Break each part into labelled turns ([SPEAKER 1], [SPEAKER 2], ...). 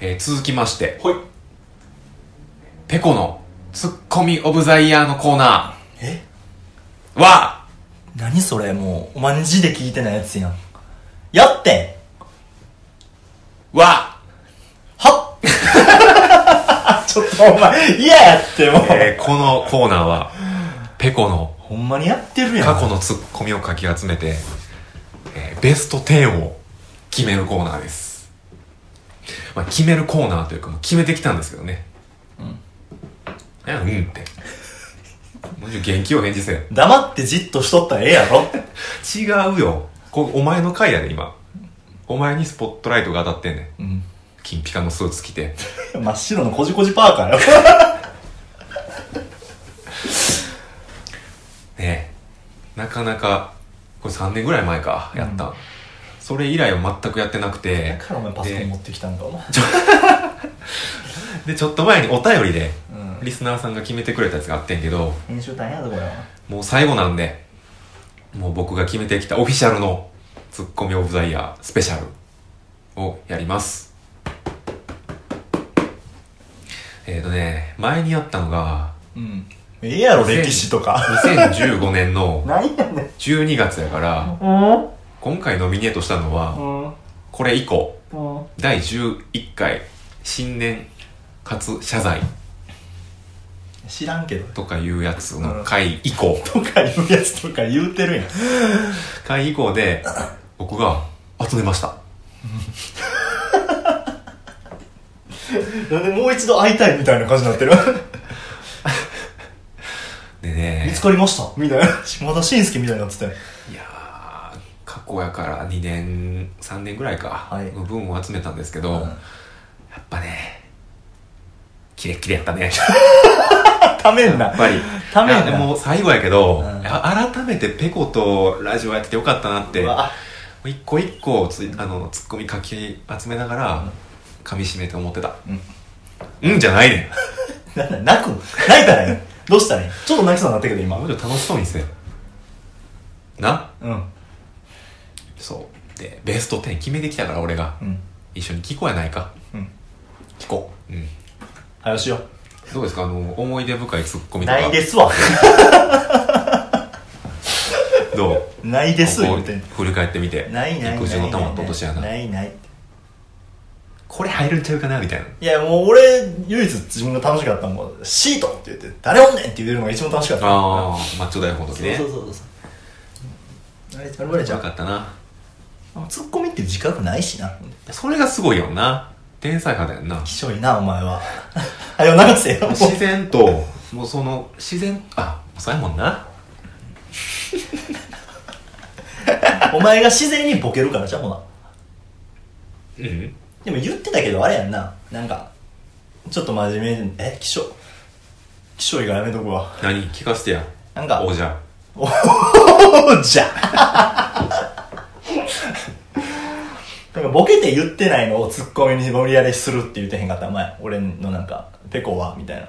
[SPEAKER 1] えー続きまして、
[SPEAKER 2] ほい
[SPEAKER 1] ペコのツッコミオブザイヤーのコーナ
[SPEAKER 2] え
[SPEAKER 1] ーは、
[SPEAKER 2] 何それもうお前んじで聞いてないやつやんやって
[SPEAKER 1] は、
[SPEAKER 2] はっちょっとお前嫌やってもう、
[SPEAKER 1] えーこのコーナーは、ペコの
[SPEAKER 2] ほんまにやってるやん
[SPEAKER 1] 過去のツッコミをかき集めて、えーベスト10を決めるコーナーです。まあ、決めるコーナーというか、もう決めてきたんですけどね。うん。うんって。もうちょい元気を返事せよ。
[SPEAKER 2] 黙ってじっとしとったらええやろ
[SPEAKER 1] 違うよこお前の回やで今お前にスポットライトが当たってんねん
[SPEAKER 2] うん
[SPEAKER 1] 金ピカのスーツ着て
[SPEAKER 2] 真っ白のこじこじパーカーよ
[SPEAKER 1] ねえなかなかこれ3年ぐらい前かやった、それ以来は全くやってなくて
[SPEAKER 2] だからお前パソコン持ってきたんかお前
[SPEAKER 1] ででちょっと前にお便りで
[SPEAKER 2] うん
[SPEAKER 1] リスナーさんが決めてくれたやつがあってんけど
[SPEAKER 2] 編集大変やぞこれは
[SPEAKER 1] もう最後なんでもう僕が決めてきたオフィシャルのツッコミオブザイヤースペシャルをやりますえっ、ー、とね前にやったのが
[SPEAKER 2] うんええやろ歴史とか
[SPEAKER 1] 2015年の
[SPEAKER 2] 何やねん
[SPEAKER 1] 12月やから
[SPEAKER 2] うん
[SPEAKER 1] 今回ノミネートしたのは
[SPEAKER 2] うん
[SPEAKER 1] これ以降
[SPEAKER 2] うん
[SPEAKER 1] 第11回新年かつ謝罪
[SPEAKER 2] 知らんけど
[SPEAKER 1] とかいうやつの回以降
[SPEAKER 2] とかいうやつとか言うてるやん
[SPEAKER 1] 回以降で僕が集めました
[SPEAKER 2] なんでもう一度会いたいみたいな感じになってる
[SPEAKER 1] で
[SPEAKER 2] 見
[SPEAKER 1] ね
[SPEAKER 2] つかりましたみたいな島田紳介みたいになってたよ
[SPEAKER 1] いやー過去やから2年3年ぐらいか
[SPEAKER 2] はい
[SPEAKER 1] の分を集めたんですけど、
[SPEAKER 2] ん
[SPEAKER 1] やっぱねキレッキレやったね
[SPEAKER 2] ためんな
[SPEAKER 1] やっぱり。
[SPEAKER 2] ためんない
[SPEAKER 1] やもう最後やけど、
[SPEAKER 2] うん
[SPEAKER 1] あ改めてペコとラジオやっててよかったなって
[SPEAKER 2] う、わ
[SPEAKER 1] 一個一個ついあの、ツッコミ書き集めながら、噛み締めて思ってた。うん。じゃないね
[SPEAKER 2] なんだ泣くの泣いたらいいどうしたらいいちょっと泣きそうになったけど
[SPEAKER 1] ん。
[SPEAKER 2] 今
[SPEAKER 1] もうちょっと楽しそうにせよ。な
[SPEAKER 2] うん
[SPEAKER 1] そう。で、ベスト10決めてきたから俺が。
[SPEAKER 2] うん
[SPEAKER 1] 一緒に聞こうやないか。
[SPEAKER 2] うん
[SPEAKER 1] 聞こう。うん。
[SPEAKER 2] 早よしよう
[SPEAKER 1] どうですかあの、思い出深いツッコミとか。
[SPEAKER 2] ないで すわ
[SPEAKER 1] どう
[SPEAKER 2] ないです
[SPEAKER 1] ここ
[SPEAKER 2] 言うてん
[SPEAKER 1] 振り返ってみて。
[SPEAKER 2] ないないない
[SPEAKER 1] 育児の玉と落とし
[SPEAKER 2] な
[SPEAKER 1] 穴
[SPEAKER 2] いないない
[SPEAKER 1] これ入るんちゃうかなみたいな。
[SPEAKER 2] いやもう俺唯一自分が楽しかったのはシートって言って誰おんねんって言えるのが一番楽しかった
[SPEAKER 1] ああ、マッチョ大砲の時
[SPEAKER 2] そう
[SPEAKER 1] ね。
[SPEAKER 2] そうそうそうあれあれ
[SPEAKER 1] じ
[SPEAKER 2] じ
[SPEAKER 1] ゃ
[SPEAKER 2] ゃ
[SPEAKER 1] なか
[SPEAKER 2] ん
[SPEAKER 1] ったな
[SPEAKER 2] ツッコミって自覚ないしな
[SPEAKER 1] それがすごいよな天才派だよな
[SPEAKER 2] きしょいなお前は はよ流せよもう
[SPEAKER 1] 自然ともうその自然あそうやもんな
[SPEAKER 2] お前が自然にボケるからじゃんほな
[SPEAKER 1] うん
[SPEAKER 2] でも言ってたけどあれやんななんかちょっと真面目にえ気象気象以外やめと くわ
[SPEAKER 1] 何聞かせてや
[SPEAKER 2] なんか
[SPEAKER 1] おじゃ
[SPEAKER 2] おじゃなんかボケて言ってないのをツッコミに無理やりするって言ってへんかった前俺のなんかペコはみたいな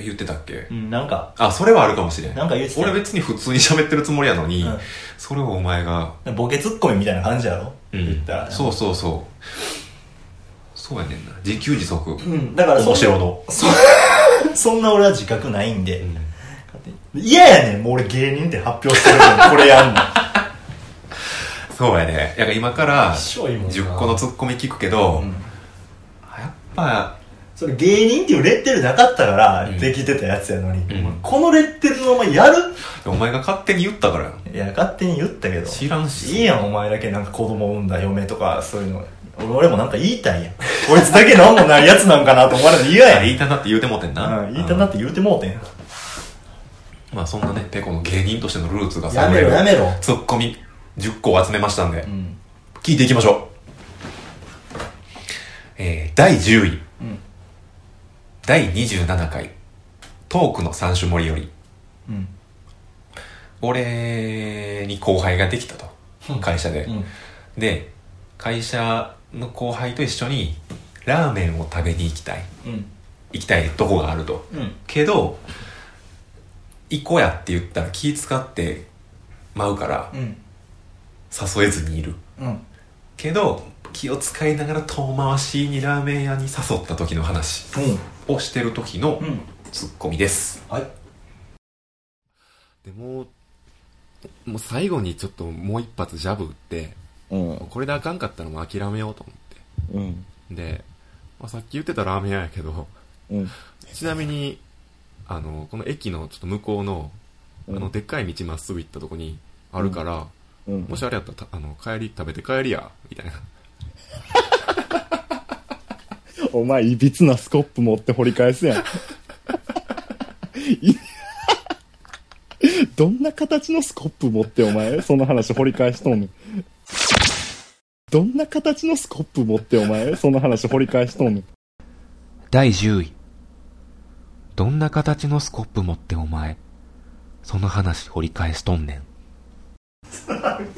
[SPEAKER 1] 言ってたっけ
[SPEAKER 2] うんなんか
[SPEAKER 1] あそれはあるかもしれん
[SPEAKER 2] なんか言ってた
[SPEAKER 1] 俺別に普通に喋ってるつもりやのに、
[SPEAKER 2] うん
[SPEAKER 1] それをお前が
[SPEAKER 2] ボケツッコミみたいな感じやろ、
[SPEAKER 1] うん
[SPEAKER 2] 言ったら
[SPEAKER 1] そうそうそうそうやねんな自給自足、
[SPEAKER 2] うんだからそんな
[SPEAKER 1] 面白の
[SPEAKER 2] そ そんな俺は自覚ないんで、
[SPEAKER 1] うん
[SPEAKER 2] 嫌やねんもう俺芸人って発表してるのにこれやんの
[SPEAKER 1] そうやねやから今から
[SPEAKER 2] 一緒いいもんな
[SPEAKER 1] 10個のツッコミ聞くけど、
[SPEAKER 2] うん
[SPEAKER 1] やっぱ
[SPEAKER 2] それ芸人っていうレッテルなかったから
[SPEAKER 1] うん
[SPEAKER 2] できてたやつやのに、
[SPEAKER 1] ん
[SPEAKER 2] このレッテルのままやる
[SPEAKER 1] お前が勝手に言ったからや
[SPEAKER 2] いや勝手に言ったけど
[SPEAKER 1] 知らんし
[SPEAKER 2] いいやんお前だけなんか子供産んだ嫁とかそういうの俺俺もなんか言いたいやんこいつだけなんもないやつなんかなと思われて嫌やん
[SPEAKER 1] 言いたなって言うてもうてんな、
[SPEAKER 2] うん、言いたなって言うてもうてん
[SPEAKER 1] まあそんなね、ペコの芸人としてのルーツが
[SPEAKER 2] やめろやめろ
[SPEAKER 1] ツッコミ10個を集めましたんで、
[SPEAKER 2] ん
[SPEAKER 1] 聞いていきましょう。えー、第10位。
[SPEAKER 2] うん
[SPEAKER 1] 第27回。トークの三種盛りより、
[SPEAKER 2] うん
[SPEAKER 1] 俺に後輩ができたと。会社で、
[SPEAKER 2] うん
[SPEAKER 1] で、会社の後輩と一緒に、ラーメンを食べに行きたい。
[SPEAKER 2] うん
[SPEAKER 1] 行きたいとこがあると。
[SPEAKER 2] うん
[SPEAKER 1] けど、行こうやって言ったら気使って舞うから、
[SPEAKER 2] うん
[SPEAKER 1] 誘えずにいる
[SPEAKER 2] うん
[SPEAKER 1] けど気を使いながら遠回しにラーメン屋に誘った時の話をしてる時の
[SPEAKER 2] うん。うん。
[SPEAKER 1] ツッコミです
[SPEAKER 2] はい。
[SPEAKER 3] でもう、もう最後にちょっともう一発ジャブ打って、
[SPEAKER 4] うん。
[SPEAKER 3] これであかんかったらもう諦めようと思っ
[SPEAKER 4] うん。
[SPEAKER 3] て。で、まあ、さっき言ってたラーメン屋やけど、
[SPEAKER 4] うん。
[SPEAKER 3] ちなみに、あの、この駅のちょっと向こうの、あ
[SPEAKER 4] うん
[SPEAKER 3] の、でっかい道まっすぐ行ったとこにあるから、
[SPEAKER 4] うん。
[SPEAKER 3] もしあれやったらた、あの、帰り、食べて帰りや、みたいな。
[SPEAKER 4] お前、いびつなスコップ持って掘り返すやん。いどんな形のスコップ持ってお前、その話掘り返しとんねん。どんな形のスコップ持ってお前、その話掘り返しとんねん。
[SPEAKER 5] 第10位。どんな形のスコップ持ってお前、その話掘り返しとんねん。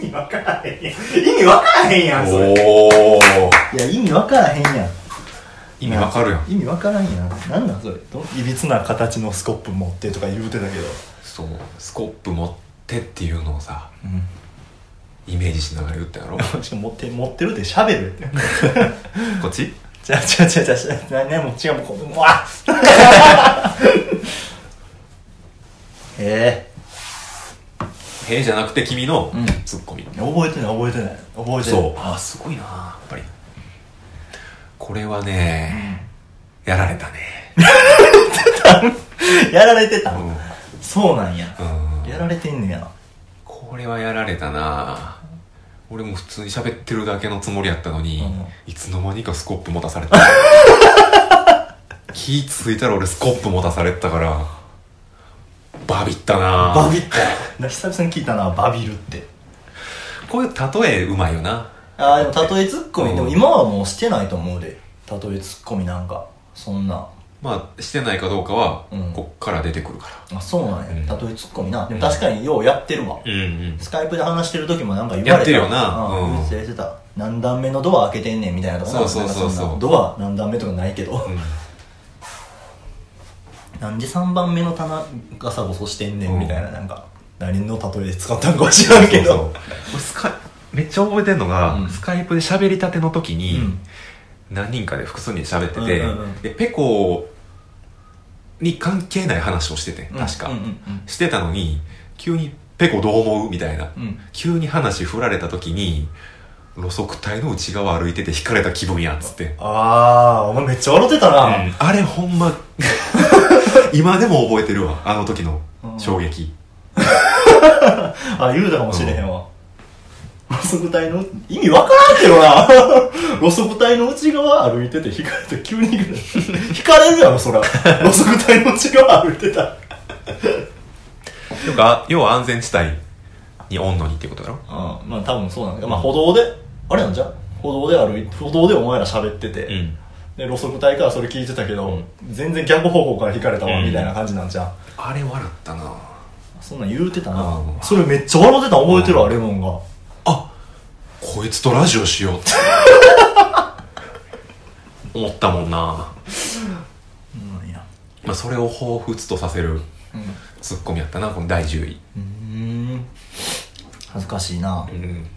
[SPEAKER 2] 意味わからへんやん。意味わからへんやん、それ。
[SPEAKER 1] おお
[SPEAKER 2] いや、意味わからへんやん。
[SPEAKER 1] 意味わかるやん
[SPEAKER 2] 意味わからんやん。なんなんそれ。どいびつな形のスコップ持ってとか言うてたけど。
[SPEAKER 1] そうスコップ持ってっていうのをさ
[SPEAKER 2] う
[SPEAKER 1] イメージしながら言った やろこ
[SPEAKER 2] ん。しかも持って、持ってるって喋 るって。
[SPEAKER 1] っち
[SPEAKER 2] じゃあ、じゃあ、じゃあ、じゃあ、じゃあ、ね、もう違う、もうこ、もう、あ え
[SPEAKER 1] へえじゃなくて君の
[SPEAKER 2] うん
[SPEAKER 1] ツッコミ、
[SPEAKER 2] え覚えてない、覚えてない。覚えてない。
[SPEAKER 1] そうあーすごいなやっぱりこれはね、やられたね
[SPEAKER 2] やられてた、
[SPEAKER 1] うん、うん、
[SPEAKER 2] そうなんや。やられてんねや。
[SPEAKER 1] これはやられたな俺も普通に喋ってるだけのつもりやったのに、
[SPEAKER 2] うん
[SPEAKER 1] いつの間にかスコップ持たされた気ぃついたら俺スコップ持たされてたからバビったな
[SPEAKER 2] バビった。な 久々に聞いたな、バビるって。
[SPEAKER 1] こういう例えうまいよな
[SPEAKER 2] ああ、でも、例えツッコ
[SPEAKER 1] う
[SPEAKER 2] ミ、
[SPEAKER 1] ん
[SPEAKER 2] でも今はもうしてないと思うで。例えツッコミなんか。そんな。
[SPEAKER 1] まあしてないかどうかは、
[SPEAKER 2] うん
[SPEAKER 1] こっから出てくるか
[SPEAKER 2] あ、そうなんや。
[SPEAKER 1] うん
[SPEAKER 2] 例えツッコミな。でも確かにようやってるわ。
[SPEAKER 1] らうんうん
[SPEAKER 2] スカイプで話してる時もなんか言われた
[SPEAKER 1] やってるよな
[SPEAKER 2] うん
[SPEAKER 1] うん
[SPEAKER 2] 言ってた言ってた何段目のドア開けてんねんみたいなとこな
[SPEAKER 1] そうそうそうそう
[SPEAKER 2] なんかんなドア何段目とかないけど、 なんで3番目の棚ガサゴソしてんね
[SPEAKER 1] うん
[SPEAKER 2] んみたいななんか何の例えで使ったんかは知らんけ
[SPEAKER 1] そう
[SPEAKER 2] ど
[SPEAKER 1] そうスカイめっちゃ覚えてんのが、
[SPEAKER 2] うん
[SPEAKER 1] スカイプで喋りたての時に、
[SPEAKER 2] うん
[SPEAKER 1] 何人かで複数人で喋ってて、
[SPEAKER 2] うんうんうん
[SPEAKER 1] でペコに関係ない話をしてて
[SPEAKER 2] うん
[SPEAKER 1] 確か、
[SPEAKER 2] うんうん
[SPEAKER 1] してたのに急に「ペコどう思う?」みたいな、
[SPEAKER 2] うんうん
[SPEAKER 1] 急に話振られた時に路側帯の内側歩いてて引かれた気分やっつって、
[SPEAKER 2] ああお前めっちゃ笑ってたな、
[SPEAKER 1] うんあれほん ま今でも覚えてるわあの時の衝撃、
[SPEAKER 2] あ言うたかもしれへんわ路側帯の意味わからんけどな 路側帯の内側歩いてて引かれて急 に行く引かれるやろそら路側帯の内側歩いてたら
[SPEAKER 1] とか要は安全地帯におんのにってことだろ
[SPEAKER 2] うんまあ多分そうなんだけど、まあ、歩道であれなんじゃん歩道で歩い歩道でお前ら喋ってて、
[SPEAKER 1] うん
[SPEAKER 2] で路側帯からそれ聞いてたけど、全然逆方向から引かれたわみたいな感じなんじゃん、
[SPEAKER 1] あれ笑ったな
[SPEAKER 2] そんなん言うてたな、
[SPEAKER 1] うん
[SPEAKER 2] それめっちゃ笑ってた覚えてるわ、レモンが
[SPEAKER 1] こいつとラジオしようって 思ったもんな、
[SPEAKER 2] うんいや
[SPEAKER 1] まあ、それを彷彿とさせるツッコミやったなこの第10位、
[SPEAKER 2] うーん恥ずかしいな
[SPEAKER 1] うん、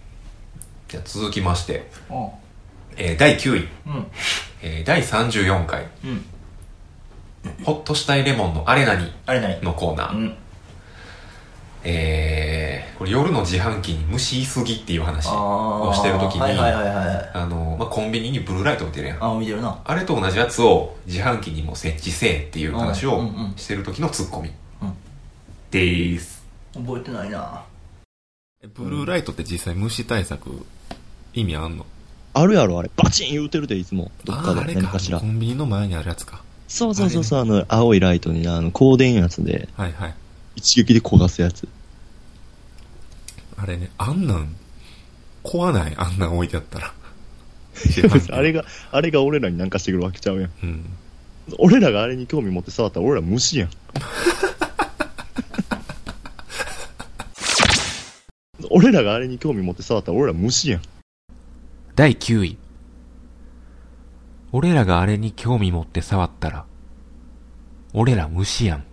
[SPEAKER 1] じゃあ続きまして、
[SPEAKER 2] うん
[SPEAKER 1] えー第9位、
[SPEAKER 2] うん
[SPEAKER 1] えー第34回、
[SPEAKER 2] うん
[SPEAKER 1] ホッとしたいレモンのあれなに
[SPEAKER 2] あれない
[SPEAKER 1] のコーナ
[SPEAKER 2] う
[SPEAKER 1] ー、
[SPEAKER 2] ん
[SPEAKER 1] えーこれ夜の自販機に虫いすぎっていう話をしてる時に
[SPEAKER 2] はいはいはいはい
[SPEAKER 1] あの、まあ、コンビニにブルーライト置いてるやん
[SPEAKER 2] あ見てるな
[SPEAKER 1] あれと同じやつを自販機にも設置せえっていう話
[SPEAKER 2] う
[SPEAKER 1] を
[SPEAKER 2] んうんうん
[SPEAKER 1] してる時のツッコミ
[SPEAKER 2] うん
[SPEAKER 1] でーす
[SPEAKER 2] 覚えてないな
[SPEAKER 3] ブルーライトって実際虫対策、意味あんの
[SPEAKER 4] あるやろ、あれ。バチン言うてるで、いつも。どっ
[SPEAKER 3] あ
[SPEAKER 4] か
[SPEAKER 3] ーあ
[SPEAKER 4] で、
[SPEAKER 3] れ
[SPEAKER 4] 何かしら
[SPEAKER 3] コ。ンビニの前にあるやつか。
[SPEAKER 4] そうそうそうそう、あの、青いライトに、あの、光電やつで、
[SPEAKER 3] はいはい。
[SPEAKER 4] 一撃で焦がすやつ。
[SPEAKER 3] あれね、あんなん、壊ない、あんなん置いてあ ったら。
[SPEAKER 4] あれが、あれが俺らになんかしてくるわけちゃうやん。
[SPEAKER 3] うん。
[SPEAKER 4] 俺らがあれに興味持って触ったら俺ら虫や ん。俺らがあれに興味持って触ったら俺ら虫やん。
[SPEAKER 5] 第9位。俺らがあれに興味持って触ったら、俺ら虫やん。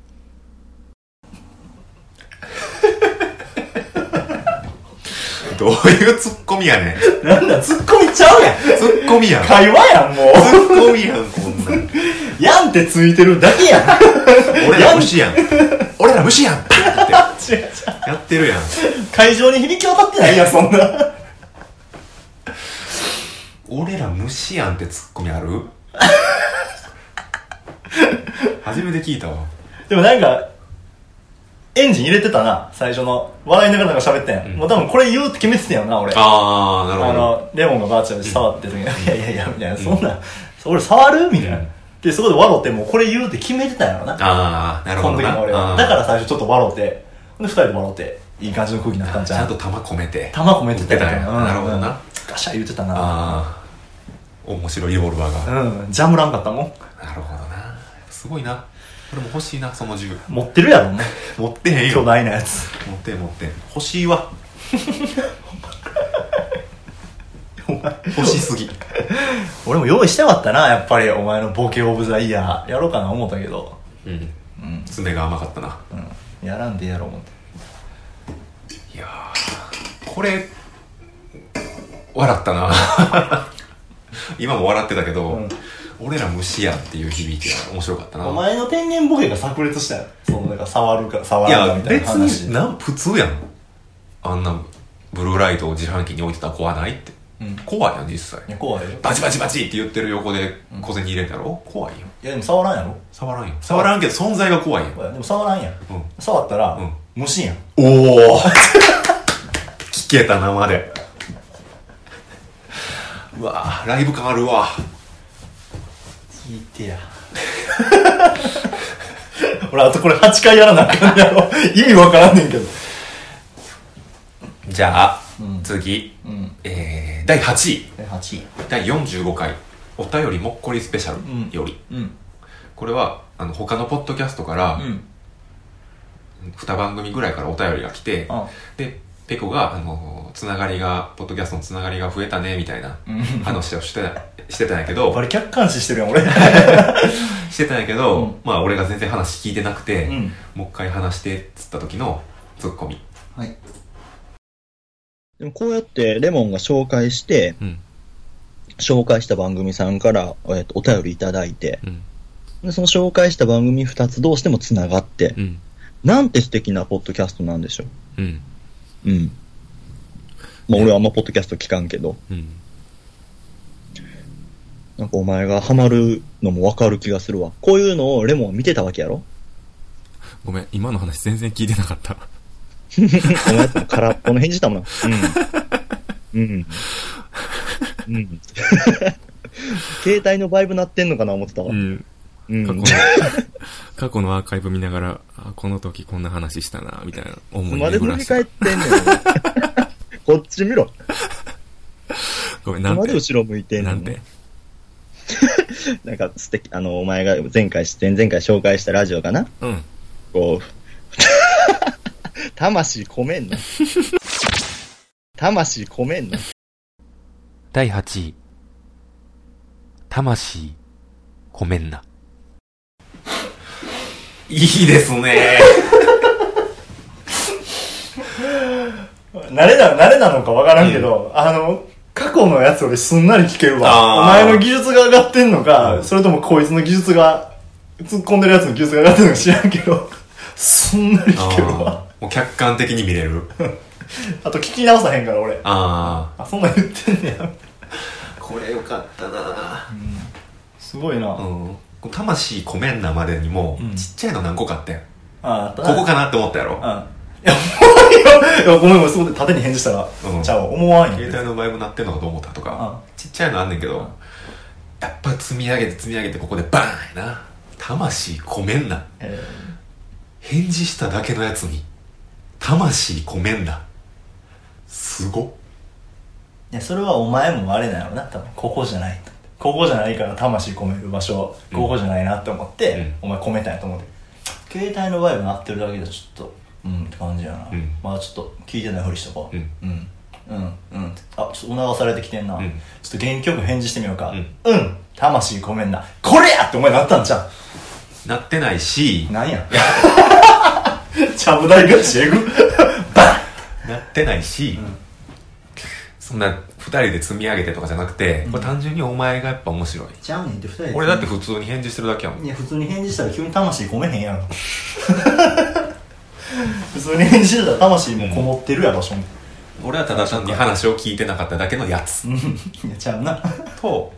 [SPEAKER 1] どういうツッコミやねん。ツ
[SPEAKER 2] なんだ、ツッコミちゃうやん。
[SPEAKER 1] ッコミやん。ツ
[SPEAKER 2] 会話やん、もう。
[SPEAKER 1] ッコミやん、こんなん。
[SPEAKER 2] やんってついてるだけやん。
[SPEAKER 1] 俺ら虫やん。俺ら虫やんって
[SPEAKER 2] 違う違う
[SPEAKER 1] やってるやん。
[SPEAKER 2] 会場に響き渡ってないやん、そんな。
[SPEAKER 1] 俺ら虫やんってツッコミあ る初めて聞いたわ。
[SPEAKER 2] でもなんか、エンジン入れてたな、最初の。笑いながらなんか喋ってん。もう多分これ言うって決めてたよな、俺。
[SPEAKER 1] あー、なる
[SPEAKER 2] あ
[SPEAKER 1] ほど。
[SPEAKER 2] の、レモンがバーチャルで触ってる時に、いやいやいや、みたいな、そんな、俺触るみたいな。で、そこで笑って、もうこれ言うって決めてたんやろな。
[SPEAKER 1] あー、なる
[SPEAKER 2] こ
[SPEAKER 1] ほ
[SPEAKER 2] の
[SPEAKER 1] ど
[SPEAKER 2] 時
[SPEAKER 1] な。
[SPEAKER 2] の俺
[SPEAKER 1] あ
[SPEAKER 2] は。
[SPEAKER 1] ー
[SPEAKER 2] だから最初ちょっと笑って、で、二人で笑って、いい感じの空気になったん
[SPEAKER 1] ち
[SPEAKER 2] じゃ
[SPEAKER 1] ゃ
[SPEAKER 2] ん。
[SPEAKER 1] んと玉込めて。
[SPEAKER 2] 玉込めてた
[SPEAKER 1] 言ってたんや
[SPEAKER 2] うん
[SPEAKER 1] なるほどな
[SPEAKER 2] うんガシャ言ってたな。
[SPEAKER 1] あー、面白いリボルバーが。
[SPEAKER 2] うん、ジャムらんかったもん。
[SPEAKER 1] なるほどな。すごいな。俺も欲しいな、その銃。
[SPEAKER 2] 持ってるや ろ、もう。
[SPEAKER 1] 持ってへん
[SPEAKER 2] 巨
[SPEAKER 1] よ。持
[SPEAKER 2] 大なやつ。
[SPEAKER 1] ってん持ってん。欲しいわ。欲しすぎ。
[SPEAKER 2] 俺も用意してよかったな、やっぱり。お前のボケオブザイヤー。やろうかな、思ったけど。
[SPEAKER 1] うん。
[SPEAKER 2] うん。
[SPEAKER 1] 爪が甘かったな。
[SPEAKER 2] うん。やらんでやろう、思って。
[SPEAKER 1] いやーこれ、笑った な。今も笑ってたけど、
[SPEAKER 2] うん
[SPEAKER 1] 俺ら虫やっていう響きが面白かったな。
[SPEAKER 2] お前の天然ボケが炸裂したよ。その、なんか触るか、触
[SPEAKER 1] い
[SPEAKER 2] らんか
[SPEAKER 1] や
[SPEAKER 2] み、たい
[SPEAKER 1] 別
[SPEAKER 2] な話。
[SPEAKER 1] に、なん、普通やん。あんな、ブルーライトを自販機に置いてたら怖ないって。
[SPEAKER 2] うん
[SPEAKER 1] 怖いやん、実際。
[SPEAKER 2] 怖いよ。
[SPEAKER 1] バチバチバチって言ってる横で小銭入れんだろ、怖いよ。
[SPEAKER 2] いや、でも触らんやろ。
[SPEAKER 1] 触らんよ。触らんけど存在が怖いよ。
[SPEAKER 2] でも触らんやん。
[SPEAKER 1] うん
[SPEAKER 2] 触ったら
[SPEAKER 1] うん、
[SPEAKER 2] 虫やん。
[SPEAKER 1] おお 聞けた生で。うわぁ、ライブ感あるわ。
[SPEAKER 2] 聞いてや。 俺、あとこれ8回やらなあかんやろ。 意味わからんねんけど。
[SPEAKER 1] じゃあ、
[SPEAKER 2] うん
[SPEAKER 1] 次、
[SPEAKER 2] うん。
[SPEAKER 1] えー、第8位、
[SPEAKER 2] で、8位。
[SPEAKER 1] 第45回、お便りもっこりスペシャ
[SPEAKER 2] うん
[SPEAKER 1] ルより、
[SPEAKER 2] うん。
[SPEAKER 1] これは、あの、他のポッドキャストから、
[SPEAKER 2] うん。
[SPEAKER 1] 2番組ぐらいからお便りが来て、
[SPEAKER 2] あ
[SPEAKER 1] で、ペコが、あの、つながりが、ポッドキャストのつながりが増えたね、みたいな
[SPEAKER 2] うん
[SPEAKER 1] 話をしてた、してたんやけ
[SPEAKER 2] やっぱ
[SPEAKER 1] ど、
[SPEAKER 2] り客観視してるやん、俺。
[SPEAKER 1] してたんやけど、
[SPEAKER 2] うん
[SPEAKER 1] まあ、俺が全然話聞いてなくて、
[SPEAKER 2] うん。
[SPEAKER 1] もう一回話してっつった時のツッコミ
[SPEAKER 2] はい。
[SPEAKER 6] でもこうやってレモンが紹介して、
[SPEAKER 5] うん
[SPEAKER 6] 紹介した番組さんから、えっとお便りいただいて、
[SPEAKER 5] うん
[SPEAKER 6] で、その紹介した番組2つどうしても繋がって、
[SPEAKER 5] うん
[SPEAKER 6] なんて素敵なポッドキャストなんでしょ
[SPEAKER 5] うん
[SPEAKER 6] う。うん。まあ俺はあんまポッドキャスト聞かんけど、
[SPEAKER 5] うん
[SPEAKER 6] なんかお前がハマるのもわかる気がするわ。こういうのをレモンは見てたわけやろ
[SPEAKER 3] ごめん、今の話全然聞いてなかった。
[SPEAKER 6] お前とも空っぽの返事だもんな。うん。うん。うん。 携帯のバイブ鳴ってんのかな思ってたわ
[SPEAKER 3] う。ん。
[SPEAKER 6] うん
[SPEAKER 3] 過去の、過去のアーカイブ見ながら、あ、この時こんな話したな、みたいな思い
[SPEAKER 6] まで
[SPEAKER 3] 巡
[SPEAKER 6] 振
[SPEAKER 3] ら
[SPEAKER 6] り
[SPEAKER 3] した
[SPEAKER 6] 返。ってんねん。 こっち見ろ。
[SPEAKER 3] ごめん、なん
[SPEAKER 6] まで
[SPEAKER 3] て。
[SPEAKER 6] 後ろ向いてんね
[SPEAKER 3] なん
[SPEAKER 6] ん。
[SPEAKER 3] て。
[SPEAKER 6] なんか素敵、あの、お前が前回、前々回紹介したラジオかな
[SPEAKER 3] うん。
[SPEAKER 6] こう、 魂込め んの。魂込めんの。
[SPEAKER 5] 第8位。魂、ごめんな。
[SPEAKER 1] いいですね
[SPEAKER 2] 慣れな、慣れなのかわからんけど、あの、過去のやつよりすんなり聞けるわ。
[SPEAKER 1] あー
[SPEAKER 2] お前の技術が上がってんのか、
[SPEAKER 1] うん
[SPEAKER 2] それともこいつの技術が、突っ込んでるやつの技術が上がってんのか知らんけど、 すんなり聞けるわ。
[SPEAKER 1] あーもう客観的に見れる
[SPEAKER 2] あと聞き直さへんから俺。
[SPEAKER 1] あ
[SPEAKER 2] あ、そんなん言ってんねや。
[SPEAKER 1] あこれよかったな
[SPEAKER 2] すごいな。
[SPEAKER 1] う
[SPEAKER 2] あ
[SPEAKER 1] んこの魂込めんなまでにも、
[SPEAKER 2] うん
[SPEAKER 1] ちっちゃいの何個かあってんこ
[SPEAKER 2] あったな
[SPEAKER 1] こかなって思ったやろ
[SPEAKER 2] うん。いや、 もういや、ごめんごめん、そこで縦に返事したら、
[SPEAKER 1] うん
[SPEAKER 2] ちゃうわ、思わんよ。
[SPEAKER 1] 携帯のバイブ鳴ってんのかと思ったとか
[SPEAKER 2] う
[SPEAKER 1] ちっちゃいのあんねんけどやっぱ積み上げて積み上げてここでバーンやな魂込めんな
[SPEAKER 2] え
[SPEAKER 1] 返事しただけのやつに魂込めんなすごっ
[SPEAKER 2] ーいや、それはお前もあれなのな、多分、ここじゃないと。ここじゃないから魂込める場所、ここじゃないなって思って、お前込めたんやと思って。携帯の場合は鳴ってるだけでちょっと、うんって感じやな。
[SPEAKER 1] うん
[SPEAKER 2] まあちょっと、聞いてないふりしとこう。
[SPEAKER 1] うん
[SPEAKER 2] うん。うん。うん。あ、ちょっと促されてきてんな。
[SPEAKER 1] ん
[SPEAKER 2] ちょっと原曲返事してみようか。
[SPEAKER 1] うん
[SPEAKER 2] うん。魂ごめんな。これやってお前なったんちゃ
[SPEAKER 1] なってないし
[SPEAKER 2] うな んや。ちゃぶ台がちえぐ。バン
[SPEAKER 1] なってないし、そんな2人で積み上げてとかじゃなくて、これ単純にお前がやっぱ面白い
[SPEAKER 2] ちゃうねんって二人で
[SPEAKER 1] 俺だって普通に返事してるだけやもん
[SPEAKER 2] いや普通に返事したら急に魂込めへんやろ普通に返事したら魂もこもってるやろそん な
[SPEAKER 1] 俺はただ単に話を聞いてなかっただけのやつ
[SPEAKER 2] いやちゃうな
[SPEAKER 1] と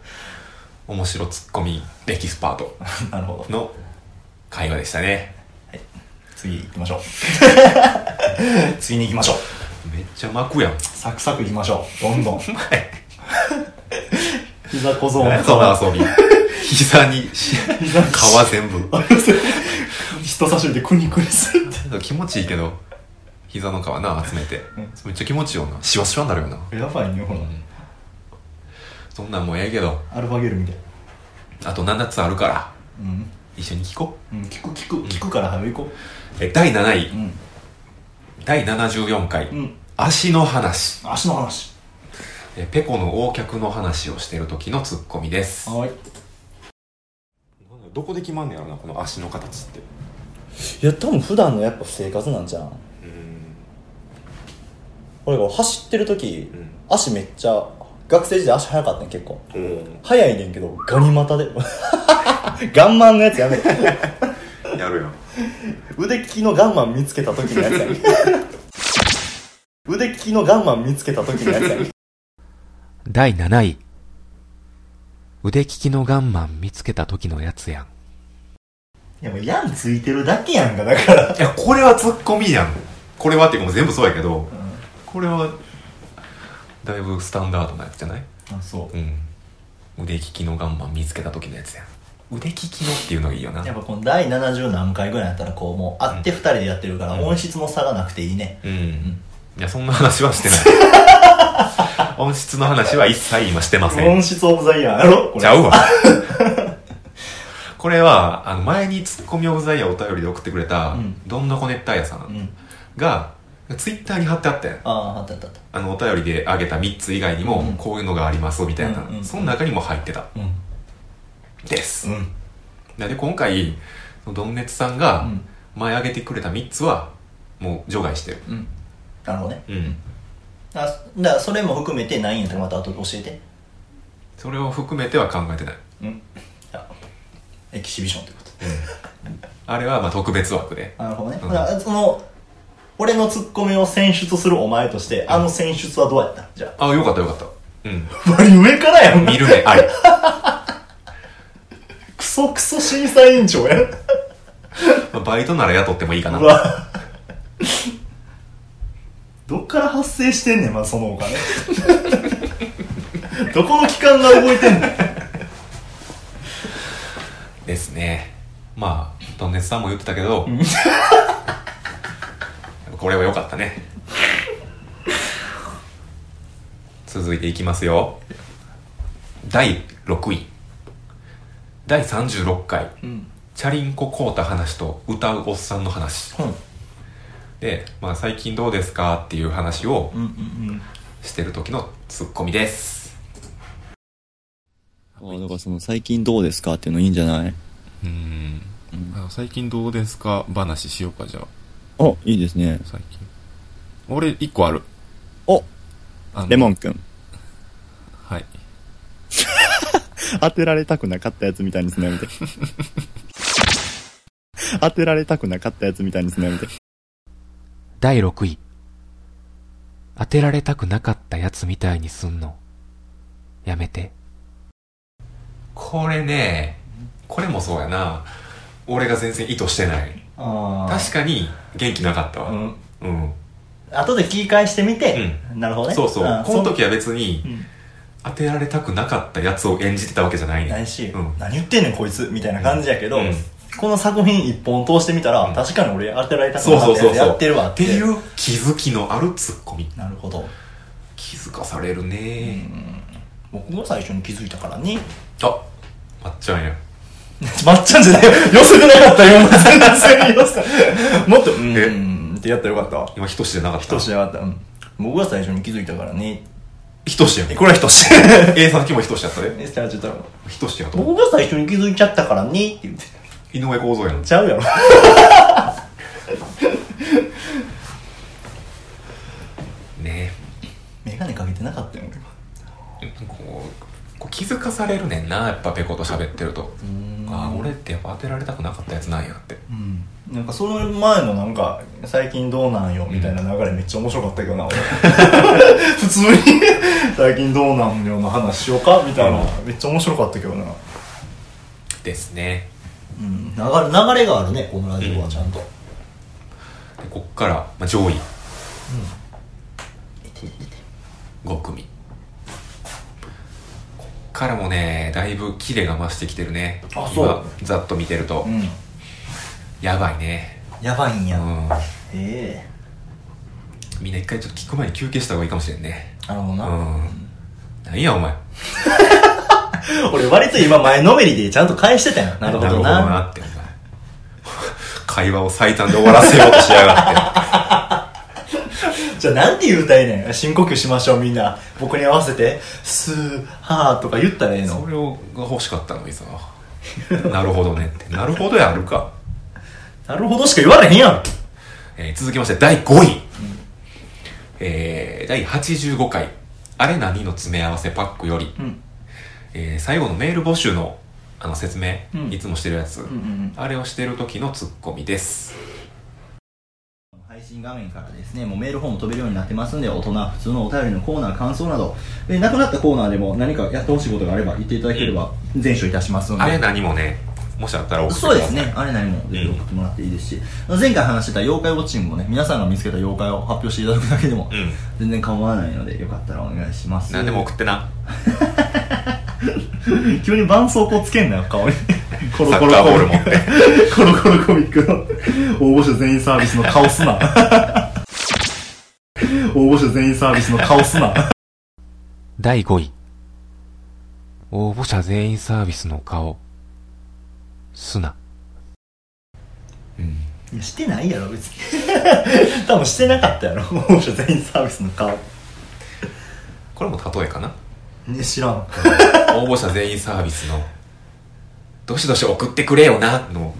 [SPEAKER 1] 面白ツッコミエキスパート
[SPEAKER 2] なるほど
[SPEAKER 1] の会話でしたね
[SPEAKER 2] 次行きま しょう次に行きましょう
[SPEAKER 1] めっちゃ巻くやん
[SPEAKER 2] サクサク行きましょうどんどん膝小僧
[SPEAKER 1] 何やその 遊び膝にし皮全部
[SPEAKER 2] 人差し指でクニクニするって
[SPEAKER 1] 気持ちいいけど膝の皮な集めて、めっちゃ気持ちいいよなシワシワになるよな
[SPEAKER 2] やばいねほら
[SPEAKER 1] そんなんもうええけど
[SPEAKER 2] アルファゲルみたい
[SPEAKER 1] あと7つあるから
[SPEAKER 2] うん、
[SPEAKER 1] 一緒に聞こ
[SPEAKER 2] うん、聞く聞く聞くから早く行こ
[SPEAKER 1] うえ第7位、
[SPEAKER 2] ん
[SPEAKER 1] 第74回、
[SPEAKER 2] ううん
[SPEAKER 1] 足の話
[SPEAKER 2] 足の話
[SPEAKER 1] えペコの横脚の話をしてる時のツッコミです
[SPEAKER 2] はい
[SPEAKER 1] どこで決まんねやろなこの足の形って
[SPEAKER 2] いや多分普段のやっぱ生活なんじゃん俺が走ってる時、
[SPEAKER 1] ん
[SPEAKER 2] 足めっちゃ学生時代足速かったね結構
[SPEAKER 1] うん
[SPEAKER 2] 速いねんけどガニ股で ガンマンのやつやめて
[SPEAKER 1] やるやん
[SPEAKER 2] 腕利きのガンマン見つけた時のやつやめて腕利きのガンマン見つけた時のやつやめて
[SPEAKER 5] 第7位。腕利きのガンマン見つけた時のやつやん。
[SPEAKER 2] いやもうヤンついてるだけやんかだから
[SPEAKER 1] いやこれはツッコミやんこれはっていうかもう全部そうやけど、これはだいぶスタンダードなやつじゃない
[SPEAKER 2] あそ
[SPEAKER 1] うん腕利きのガンマン見つけた時のやつやん腕利きのっていうのがいいよな
[SPEAKER 2] やっぱこの第70何回ぐらいやったらこうもう会って2人でやってるから
[SPEAKER 1] うん
[SPEAKER 2] 音質の差がなくていいね
[SPEAKER 1] うん、いやそんな話はしてない 音質の話は一切今してません
[SPEAKER 2] 音質オブザイヤーやろこ
[SPEAKER 1] ちゃうわこれはあの前にツッコミオブザイヤーをお便りで送ってくれた、
[SPEAKER 2] うん
[SPEAKER 1] どんなこねったやさ
[SPEAKER 2] うんん
[SPEAKER 1] が、ツイッターに貼ってあったやん
[SPEAKER 2] あああったあったあった
[SPEAKER 1] あのお便りであげた3つ以外にも、
[SPEAKER 2] うん
[SPEAKER 1] こういうのがありますみたいな、
[SPEAKER 2] うんうん
[SPEAKER 1] その中にも入ってた
[SPEAKER 2] う
[SPEAKER 1] です、
[SPEAKER 2] んうん
[SPEAKER 1] で今回そのドンネツさんが
[SPEAKER 2] うん
[SPEAKER 1] 前上げてくれた3つはもう除外してる
[SPEAKER 2] うんなるほどね
[SPEAKER 1] うん
[SPEAKER 2] あだからそれも含めて何位やったかまた後で教えて
[SPEAKER 1] それを含めては考えてない
[SPEAKER 2] うんあエキシビションってこと
[SPEAKER 1] あれはまあ特別枠で
[SPEAKER 2] なるほどね、
[SPEAKER 1] うん
[SPEAKER 2] だからその俺のツッコミを選出するお前として、あの選出はどうやったじ ゃ
[SPEAKER 1] あよかったよかったうん
[SPEAKER 2] あ割り上からやん
[SPEAKER 1] 見る目あ り
[SPEAKER 2] クソクソ審査委員長やん
[SPEAKER 1] まあバイトなら雇ってもいいかな
[SPEAKER 2] うわどっから発生してんねんまずそ のお金どこの機関が動いてんねん
[SPEAKER 1] ですねまあドンネツさんも言ってたけど これは良かったね続いていきますよ第6位第36回、チャリンコ買うた話と歌うおっさんの話
[SPEAKER 2] うん
[SPEAKER 1] で、まあ、最近どうですかっていう話を
[SPEAKER 2] うんうんうん
[SPEAKER 1] してる時のツッコミです
[SPEAKER 6] ああ、だからその最近どうですかっていうのいいんじゃない
[SPEAKER 3] うんあ最近どうですか話しようか、じゃあ、
[SPEAKER 6] あ、いいですね。
[SPEAKER 3] 最近。俺、一個ある。
[SPEAKER 6] お
[SPEAKER 3] あの
[SPEAKER 6] レモンくん。
[SPEAKER 3] はい。
[SPEAKER 6] 当てられたくなかったやつみたいにすなめ て。当てられたくなかったやつみたいにすな めて。
[SPEAKER 5] 第6位。当てられたくなかったやつみたいにすんの。やめて。
[SPEAKER 1] これねこれもそうやな俺が全然意図してない
[SPEAKER 2] あ
[SPEAKER 1] 確かに元気なかったわ
[SPEAKER 2] あうん
[SPEAKER 1] うん、
[SPEAKER 2] 後で聞き返してみて、なるほどね
[SPEAKER 1] そうそう、
[SPEAKER 2] ん
[SPEAKER 1] この時は別に、
[SPEAKER 2] うん
[SPEAKER 1] 当てられたくなかったやつを演じてたわけじゃないね
[SPEAKER 2] ないし、
[SPEAKER 1] うん、
[SPEAKER 2] 何言ってんねんこいつみたいな感じやけど、
[SPEAKER 1] うん
[SPEAKER 2] この作品一本通してみたら、
[SPEAKER 1] うん
[SPEAKER 2] 確かに俺当てられたく
[SPEAKER 1] そう
[SPEAKER 2] なか
[SPEAKER 1] そ
[SPEAKER 2] っ
[SPEAKER 1] う
[SPEAKER 2] た
[SPEAKER 1] そう
[SPEAKER 2] やつ
[SPEAKER 1] そう
[SPEAKER 2] やってるわ
[SPEAKER 1] っ
[SPEAKER 2] っ
[SPEAKER 1] てていう気づきのあるツッコミ
[SPEAKER 2] なるほど
[SPEAKER 1] 気づかされるね、
[SPEAKER 2] 僕が最初に気づいたからね
[SPEAKER 1] あまっちゃんや
[SPEAKER 2] まっちゃんじゃない寄せてなかったよ今全然寄せもっと「う
[SPEAKER 1] え
[SPEAKER 2] ーん」ってやったらよかったわ
[SPEAKER 1] 今ひとしじゃなかった
[SPEAKER 2] ひとしなかった、うん、僕が最初に気づいたからね
[SPEAKER 1] ひとしやん
[SPEAKER 2] これはひとし
[SPEAKER 1] A さんきもひとしやったね
[SPEAKER 2] ねスタジオ太郎
[SPEAKER 1] ひとしやと思う
[SPEAKER 2] 僕が最初に気づいちゃったからねって言って
[SPEAKER 1] 井上公造やん
[SPEAKER 2] ちゃうやろ
[SPEAKER 1] ね
[SPEAKER 2] 眼鏡かけてなかったよ
[SPEAKER 1] こうこう気づかされるねんなやっぱペコと喋ってるとああ俺ってやっぱ当てられたくなかったやつなんやって
[SPEAKER 2] うんなんかその前のなんか最近どうなんよみたいな流れめっちゃ面白かったけどな、俺 普通に最近どうなんよの話しようかみたいな、めっちゃ面白かったけどな、
[SPEAKER 1] ですね
[SPEAKER 2] うん、流れ流れがあるねこのラジオはちゃんと、
[SPEAKER 1] でこっから、まあ、上位5組こっからもねだいぶキレが増してきてるね
[SPEAKER 2] あそう
[SPEAKER 1] 今ざっと見てると、
[SPEAKER 2] うん
[SPEAKER 1] やばいね
[SPEAKER 2] やばいん
[SPEAKER 1] う
[SPEAKER 2] や、
[SPEAKER 1] ん
[SPEAKER 2] え
[SPEAKER 1] みんな一回ちょっと聞く前に休憩した方がいいかもしれんね
[SPEAKER 2] えなるほど
[SPEAKER 1] う
[SPEAKER 2] な、
[SPEAKER 1] ん何やお前
[SPEAKER 2] 俺割と今前のめりでちゃんと返してたよなるほどな
[SPEAKER 1] ってお前会話を最短で終わらせようとしやがって
[SPEAKER 2] じゃあなんて言うたいねん深呼吸しましょうみんな僕に合わせて「すーはー」とか言ったらええ
[SPEAKER 1] そ
[SPEAKER 2] の
[SPEAKER 1] れをが欲しかったのにさなるほどねってなるほどやあるか、
[SPEAKER 2] なるほどしか言われへんやん
[SPEAKER 1] えー続きまして第5位、えー、第85回「あれ何?」の詰め合わせパックより、
[SPEAKER 2] ん
[SPEAKER 1] えー最後のメール募集のあの説明、
[SPEAKER 2] うん
[SPEAKER 1] いつもしてるやつ、
[SPEAKER 2] ん
[SPEAKER 1] あれをしてる時のツッコミです
[SPEAKER 2] 配信画面からですねもうメールフォーム飛べるようになってますんで大人普通のお便りのコーナー感想などでなくなったコーナーでも何かやってほしいことがあれば言っていただければ全書いたしますので
[SPEAKER 1] あれ何もねもしあったら送ってく
[SPEAKER 2] そ
[SPEAKER 1] だ
[SPEAKER 2] う
[SPEAKER 1] さい
[SPEAKER 2] ですね、あれなりもぜひ送ってもらっていいですし、前回話してた妖怪ウォッチングもね、皆さんが見つけた妖怪を発表していただくだけでも
[SPEAKER 1] うん、
[SPEAKER 2] 全然構わないので、よかったらお願いします。
[SPEAKER 1] 何でも送ってな
[SPEAKER 2] 急に絆創膏つけんなよ、 顔に。コロ
[SPEAKER 1] サ
[SPEAKER 2] コ
[SPEAKER 1] ッ
[SPEAKER 2] ロ
[SPEAKER 1] カーボ
[SPEAKER 2] コ
[SPEAKER 1] ー
[SPEAKER 2] ミ
[SPEAKER 1] ル持
[SPEAKER 2] ッ
[SPEAKER 1] っ
[SPEAKER 2] ク。
[SPEAKER 1] て
[SPEAKER 2] コロコロコミックの応募者全員サービスの顔すな。 応募者全員サービスの顔すな。
[SPEAKER 5] 第5位。応募者全員サービスの顔。すな。
[SPEAKER 2] いや、してないやろ、別に。 多分してなかったやろ、応募者全員サービスの顔。
[SPEAKER 1] これも例えかな
[SPEAKER 2] ね、知らん。
[SPEAKER 1] 応募者全員サービスのどしどし送ってくれよなの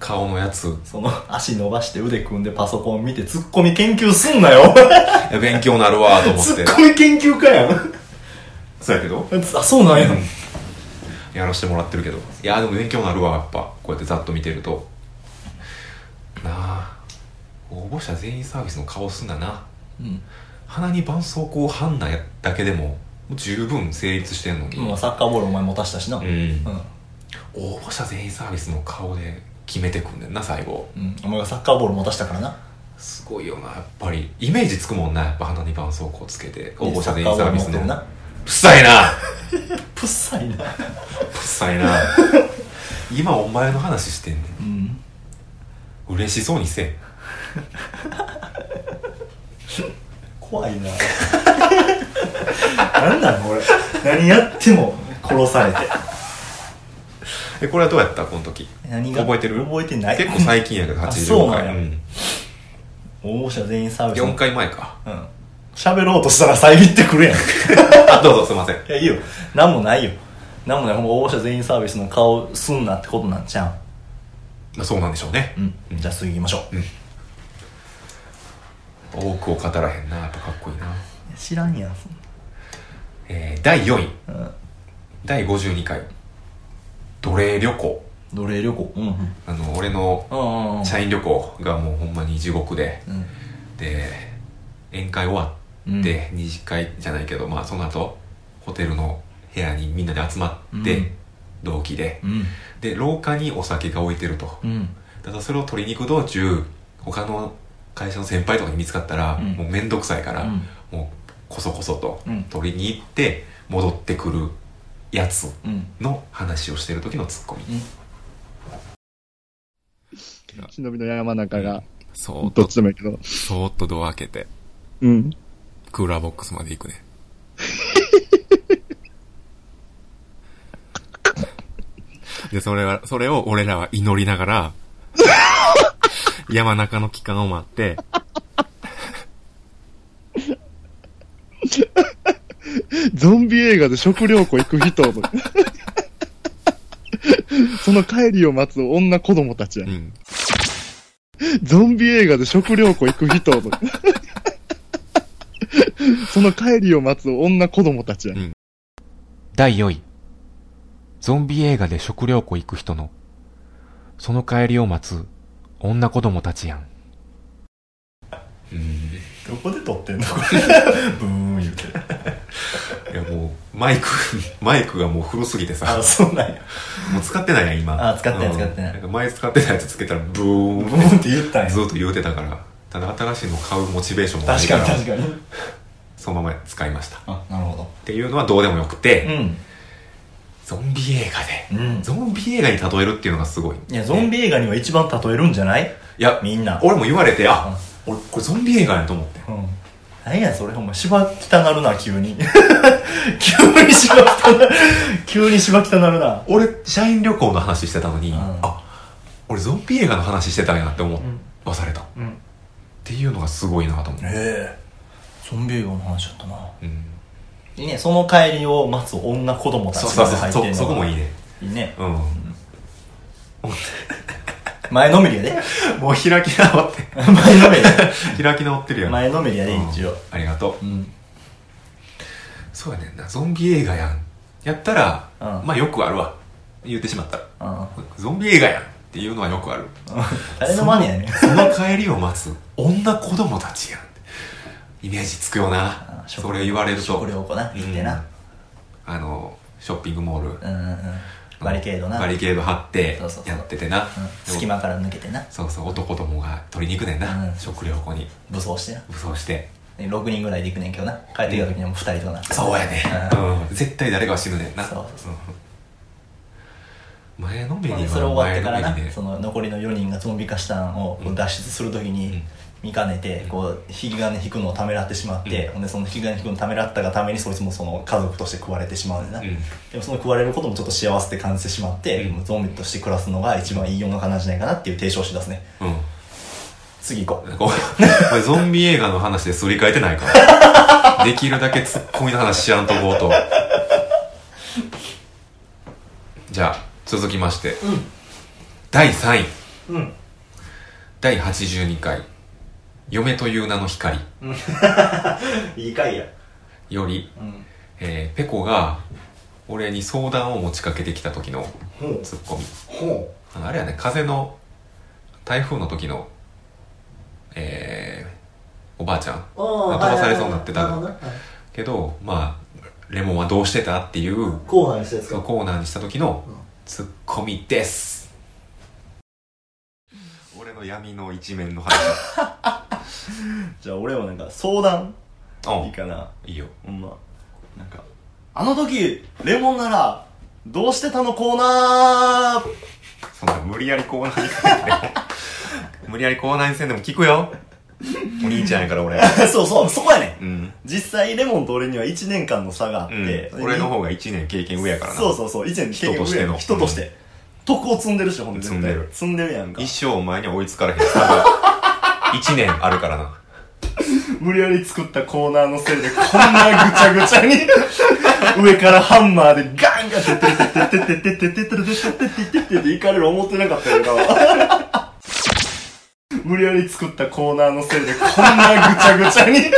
[SPEAKER 1] 顔のやつ
[SPEAKER 2] その足伸ばして腕組んでパソコン見てツッコミ研究すんなよ
[SPEAKER 1] いや勉強なるわと思っ
[SPEAKER 2] ツ
[SPEAKER 1] て
[SPEAKER 2] ッコミ研究家やん
[SPEAKER 1] そうやけど
[SPEAKER 2] あそうなんや
[SPEAKER 1] やらしてもらってるけどいやでも勉強なるわやっぱこうやってざっと見てるとなあ応募者全員サービスの顔すんだな
[SPEAKER 2] うん
[SPEAKER 1] 鼻に絆創膏を貼んなだけでももう十分成立してんのに、
[SPEAKER 2] まあサッカーボールお前持たしたしなう、
[SPEAKER 1] うんん
[SPEAKER 2] うん
[SPEAKER 1] 応募者全員サービスの顔で決めてくんねんな最後
[SPEAKER 2] お前がサッカーボール持たしたからな
[SPEAKER 1] すごいよなやっぱりイメージつくもんなやっぱ鼻に絆創膏つけて応募者
[SPEAKER 2] で
[SPEAKER 1] 全員サービス
[SPEAKER 2] サッカーボール持ってる
[SPEAKER 1] の
[SPEAKER 2] な
[SPEAKER 1] くさいな
[SPEAKER 2] プッサイな
[SPEAKER 1] くさいな今お前の話してんねん
[SPEAKER 2] うん
[SPEAKER 1] 嬉しそうにせえ
[SPEAKER 2] 怖 いな何なの俺何やっても殺されて
[SPEAKER 1] えこれはどうやったこの時
[SPEAKER 2] 何が
[SPEAKER 1] 覚えてる
[SPEAKER 2] 覚えてない
[SPEAKER 1] 結構最近やけど
[SPEAKER 2] あ
[SPEAKER 1] 85
[SPEAKER 2] そうなんや
[SPEAKER 1] 回
[SPEAKER 2] 応募者全員サービス
[SPEAKER 1] 4回前か
[SPEAKER 2] うん喋ろうとしたら遮ってく るやん
[SPEAKER 1] あどうぞすいません
[SPEAKER 2] いや、いいよ。なんもないよ。なんもない。ほんま応募者全員サービスの顔すんなってことなんちゃ
[SPEAKER 1] まあそうなんでしょうね
[SPEAKER 2] ううん。じゃあ次行きましょう。
[SPEAKER 1] 多くを語らへんなやっぱかっこいいな、
[SPEAKER 2] 知らんやん。
[SPEAKER 1] えー第4位
[SPEAKER 2] うん。
[SPEAKER 1] 第52回奴隷旅行
[SPEAKER 2] 奴隷旅行。うんうん。
[SPEAKER 1] あの俺の
[SPEAKER 2] うんうんうん。
[SPEAKER 1] 社員旅行がもうほんまに地獄で
[SPEAKER 2] うん。
[SPEAKER 1] で宴会終わって二次会じゃないけど、まあその後ホテルの部屋にみんなで集まって、
[SPEAKER 2] うん
[SPEAKER 1] 同期で
[SPEAKER 2] うん。
[SPEAKER 1] で廊下にお酒が置いてると、
[SPEAKER 2] うん。
[SPEAKER 1] ただそれを取りに行く道中他の会社の先輩とかに見つかったら、
[SPEAKER 2] うん
[SPEAKER 1] もう面倒くさいから、
[SPEAKER 2] うん
[SPEAKER 1] もうこそこそと
[SPEAKER 2] うん
[SPEAKER 1] 取りに行って戻ってくるやつ
[SPEAKER 2] うん。
[SPEAKER 1] の話をしてる時のツッコミ、
[SPEAKER 4] 忍びの山中が、
[SPEAKER 3] そーっ
[SPEAKER 4] どっ
[SPEAKER 3] と、
[SPEAKER 4] ちでもいいけど。
[SPEAKER 3] そーっとドア開けて、
[SPEAKER 4] うん。
[SPEAKER 3] クーラーボックスまで行 くね。で、それは、それを俺らは祈りながら、山中の期間を待って、
[SPEAKER 4] ゾンビ映画で食料庫行く 人とか。その帰りを待つ女子供たちや
[SPEAKER 3] う。ん。
[SPEAKER 4] ゾンビ映画で食料庫行く人とか。その帰りを待つ女子供たちや
[SPEAKER 3] う。ん
[SPEAKER 5] 第4位。ゾンビ映画で食料庫行く人の、その帰りを待つ女子供たちやん。
[SPEAKER 2] どこで撮ってんのこれ ブーン言うて
[SPEAKER 1] いやもうマイク マイクがもう古すぎてさ
[SPEAKER 2] あそうなんや
[SPEAKER 1] もう使ってないやん今
[SPEAKER 2] あ使ってない
[SPEAKER 1] うん
[SPEAKER 2] 使ってない
[SPEAKER 1] んか前使ってたやつつけたらブーン
[SPEAKER 2] ブーンって言ったんや
[SPEAKER 1] ずっと言うてたからただ新しいの買うモチベーションもない
[SPEAKER 2] 確
[SPEAKER 1] か
[SPEAKER 2] からに確かに
[SPEAKER 1] そのまま使いましたっ
[SPEAKER 2] あなるほ
[SPEAKER 1] ていうのはどうでもよくて、
[SPEAKER 2] どうん
[SPEAKER 1] ゾンビ映画で、
[SPEAKER 2] うん
[SPEAKER 1] ゾンビ映画に例えるっていうのがすごい
[SPEAKER 2] いやゾン
[SPEAKER 1] ビ
[SPEAKER 2] ビ映画には一番例えるんじゃない
[SPEAKER 1] いや
[SPEAKER 2] みんな
[SPEAKER 1] 俺も言われてあ俺これゾンビ映画やと思って
[SPEAKER 2] うん何やそれほんま芝汚なるな急に 急に芝汚なる急に芝汚なるな
[SPEAKER 1] 俺社員旅行の話してたのに、
[SPEAKER 2] ん
[SPEAKER 1] あ俺ゾンビ映画の話してたんやって思わされた、
[SPEAKER 2] うん
[SPEAKER 1] っていうのがすごいなと思って、
[SPEAKER 2] ええゾンビ映画の話だったな
[SPEAKER 1] うん、
[SPEAKER 2] いいねその帰りを待つ女子供たち
[SPEAKER 1] そうそ
[SPEAKER 2] ま
[SPEAKER 1] う
[SPEAKER 2] で
[SPEAKER 1] そ
[SPEAKER 2] 入
[SPEAKER 1] う
[SPEAKER 2] ってんの
[SPEAKER 1] そそこもいいね
[SPEAKER 2] いいね
[SPEAKER 1] うん
[SPEAKER 2] 前のめりや で
[SPEAKER 1] もう開き直って
[SPEAKER 2] 前のめりやで
[SPEAKER 1] 開き直ってるやん
[SPEAKER 2] 前のめりやで
[SPEAKER 1] うん
[SPEAKER 2] 一応
[SPEAKER 1] ありがとう
[SPEAKER 2] うん
[SPEAKER 1] そうやねんなゾンビ映画やんやったら、
[SPEAKER 2] うん
[SPEAKER 1] まあよくあるわ言ってしまったら
[SPEAKER 2] うん
[SPEAKER 1] ゾンビ映画やんっていうのはよくある
[SPEAKER 2] 誰のマネやねん
[SPEAKER 1] その帰りを待つ女子供たちやんイメージつくよな
[SPEAKER 2] うん
[SPEAKER 1] それ言われると
[SPEAKER 2] 食料庫な行って
[SPEAKER 1] うん
[SPEAKER 2] な
[SPEAKER 1] あのショッピングモール
[SPEAKER 2] うんうんうんバリケードな
[SPEAKER 1] バリケード張って
[SPEAKER 2] そうそうそう
[SPEAKER 1] やっててな
[SPEAKER 2] うん
[SPEAKER 1] でも
[SPEAKER 2] 隙間から抜けてな
[SPEAKER 1] そうそう男どもが取りに行くねんな、
[SPEAKER 2] うん
[SPEAKER 1] 食料庫に
[SPEAKER 2] 武装してな
[SPEAKER 1] 武装して
[SPEAKER 2] で6人ぐらいで行くねんけどな帰ってきた時にはもう2人とかな
[SPEAKER 1] そうやね、うん、絶対誰かは死ぬねんな
[SPEAKER 2] そうそうそうん
[SPEAKER 1] 前のめり
[SPEAKER 2] まあ
[SPEAKER 1] は
[SPEAKER 2] ねそれ終わってから
[SPEAKER 1] 前の
[SPEAKER 2] な
[SPEAKER 1] めりで
[SPEAKER 2] その残りの4人がゾンビ化したのをこう脱出するとき
[SPEAKER 1] う
[SPEAKER 2] に
[SPEAKER 1] ん
[SPEAKER 2] 見かねてこう引き金引くのをためらってしまって、
[SPEAKER 1] うん
[SPEAKER 2] ほんでその引き金引くのをためらったがためにそいつもその家族として食われてしまうんだな、
[SPEAKER 1] うん
[SPEAKER 2] でもその食われることもちょっと幸せって感じてしまって、
[SPEAKER 1] うん
[SPEAKER 2] ゾンビとして暮らすのが一番いい世の中なんじゃないかなっていう提唱しだすね
[SPEAKER 1] うん
[SPEAKER 2] 次行こう
[SPEAKER 1] なんかお 前お前ゾンビ映画の話ですり替えてない から。できるだけツッコミの話しやんとこうと。じゃあ、続きまして。第3位。
[SPEAKER 2] うん
[SPEAKER 1] 第82回。嫁という名の光。
[SPEAKER 2] いいかいや
[SPEAKER 1] より、
[SPEAKER 2] うん
[SPEAKER 1] えー、ペコが、俺に相談を持ちかけてきた時の
[SPEAKER 2] ほう
[SPEAKER 1] ツッコミ。
[SPEAKER 2] ほ
[SPEAKER 1] あのあれやね、風の、台風の時の、えー、おばあちゃん。
[SPEAKER 2] うあ
[SPEAKER 1] 飛ばされそうになってたけどまあレモンはどうしてたっていう
[SPEAKER 2] 後半したやつ
[SPEAKER 1] コーナーにした時のツッコミです、俺の闇の一面の話
[SPEAKER 2] じゃあ俺もなんか相談
[SPEAKER 1] う
[SPEAKER 2] いいかなん
[SPEAKER 1] いいよ
[SPEAKER 2] ほんまなんかあの時レモンならどうしてたのコーナー
[SPEAKER 1] そんな無理やりコーナーにせんでも無理やりコーナーにせんでも聞くよお兄ちゃんやから俺
[SPEAKER 2] そうそうそこやねん
[SPEAKER 1] うん、
[SPEAKER 2] 実際レモンと俺には1年間の差があっ
[SPEAKER 1] う
[SPEAKER 2] て、
[SPEAKER 1] ん、俺の方が1年経験上やからな
[SPEAKER 2] そうそうそう1年経験
[SPEAKER 1] 人としての
[SPEAKER 2] 上人として、徳を積んでるしほんで
[SPEAKER 1] 積んでる
[SPEAKER 2] 積んでるやんか
[SPEAKER 1] 一生お前には追いつからへん差が1年あるからな
[SPEAKER 2] 無理やり作ったコーナーのせいでこんなぐちゃぐちゃに上からハンマーでガンガンってってってってってってってってってってってっていかれる思ってなかったよ俺は無理やり作ったコーナーのせいでこんなぐちゃぐちゃに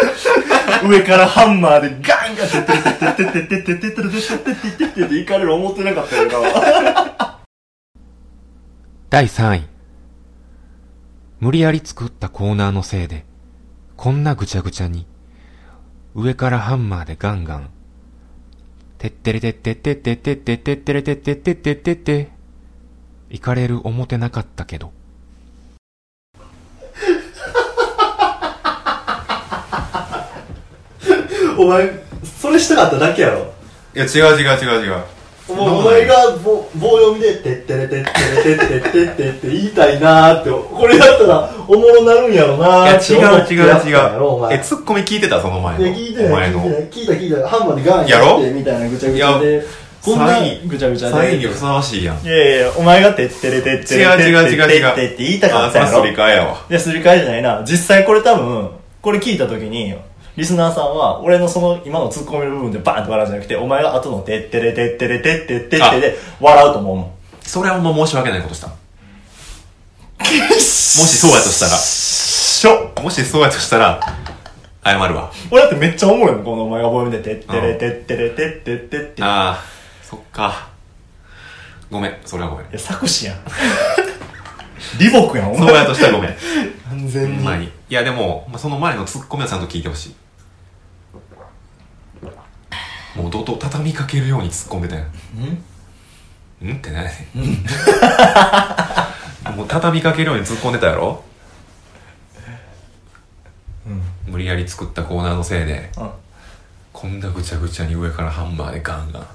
[SPEAKER 2] 上からハンマーでガンガンってってってってってってってってってってってってってっていかれる思ってなかったよ俺は
[SPEAKER 5] 第3位。無理やり作ったコーナーのせいで、こんなぐちゃぐちゃに、上からハンマーでガンガン、てってれてってってってってってってってれてってってってってって、行かれる思てなかったけど。
[SPEAKER 2] お前それしたかっただけやろ
[SPEAKER 1] いや違う違う違う違う
[SPEAKER 2] もうお前がぼ棒読みで「てってれてってれてってってって」って言いたいなーってこれやったらおもろなるんやろ
[SPEAKER 1] い
[SPEAKER 2] な
[SPEAKER 1] や
[SPEAKER 2] ーって
[SPEAKER 1] 違
[SPEAKER 2] 思
[SPEAKER 1] う
[SPEAKER 2] って
[SPEAKER 1] 違
[SPEAKER 2] や
[SPEAKER 1] う
[SPEAKER 2] ったん
[SPEAKER 1] 違
[SPEAKER 2] やろお
[SPEAKER 1] う。
[SPEAKER 2] 前
[SPEAKER 1] え、ツッコミ聞いてたその前
[SPEAKER 2] い
[SPEAKER 1] の。
[SPEAKER 2] や聞いて
[SPEAKER 1] お
[SPEAKER 2] ない
[SPEAKER 1] 前の。
[SPEAKER 2] 聞いてない聞いた聞いたハンマーでガン
[SPEAKER 1] やろ
[SPEAKER 2] ってみたいなぐちゃぐちゃでこんな
[SPEAKER 1] 3位
[SPEAKER 2] ぐちゃぐちゃ
[SPEAKER 1] 3位
[SPEAKER 2] で
[SPEAKER 1] にふさわしいやん。違
[SPEAKER 2] いやいやお前が「てってれてって
[SPEAKER 1] う
[SPEAKER 2] れて
[SPEAKER 1] 違う違う違う。
[SPEAKER 2] ってって」って言いたかったや
[SPEAKER 1] あ、
[SPEAKER 2] ろ
[SPEAKER 1] それかやわ。
[SPEAKER 2] いや、すり替えじゃないな。実際これ多分、これ聞いた時に、リスナーさんは、俺のその今のツッコミの部分でバーンって笑うんじゃなくて、お前が後のてってれてってれてってってってで笑うと思うもん。
[SPEAKER 1] それはもう申し訳ないことした。も
[SPEAKER 2] もし
[SPEAKER 1] しそうやとしたら
[SPEAKER 2] しょ
[SPEAKER 1] もしそうやとしたら、謝謝るわ。
[SPEAKER 2] 俺だってめっちゃおもろいもん、このお前がボイムで、てってれてってれてってってって。いや、
[SPEAKER 1] ああ、そっか。ごめん、それはごめん。
[SPEAKER 2] 作詞やん。李牧やん、お
[SPEAKER 1] そう
[SPEAKER 2] 前。
[SPEAKER 1] やとしたらごめん。
[SPEAKER 2] 完全に。
[SPEAKER 1] まあいい。いや、でも、まあ、その前のツッコミはちゃんと聞いてほしい。もう怒涛畳みかけるように突っ込んでたやん。んって何やねん。 もう畳みかけるように突っ込んでたやろ
[SPEAKER 2] うん。
[SPEAKER 1] 無理やり作ったコーナーのせいで、
[SPEAKER 2] うん。
[SPEAKER 1] こんなぐちゃぐちゃに上からハンマーでガンガン。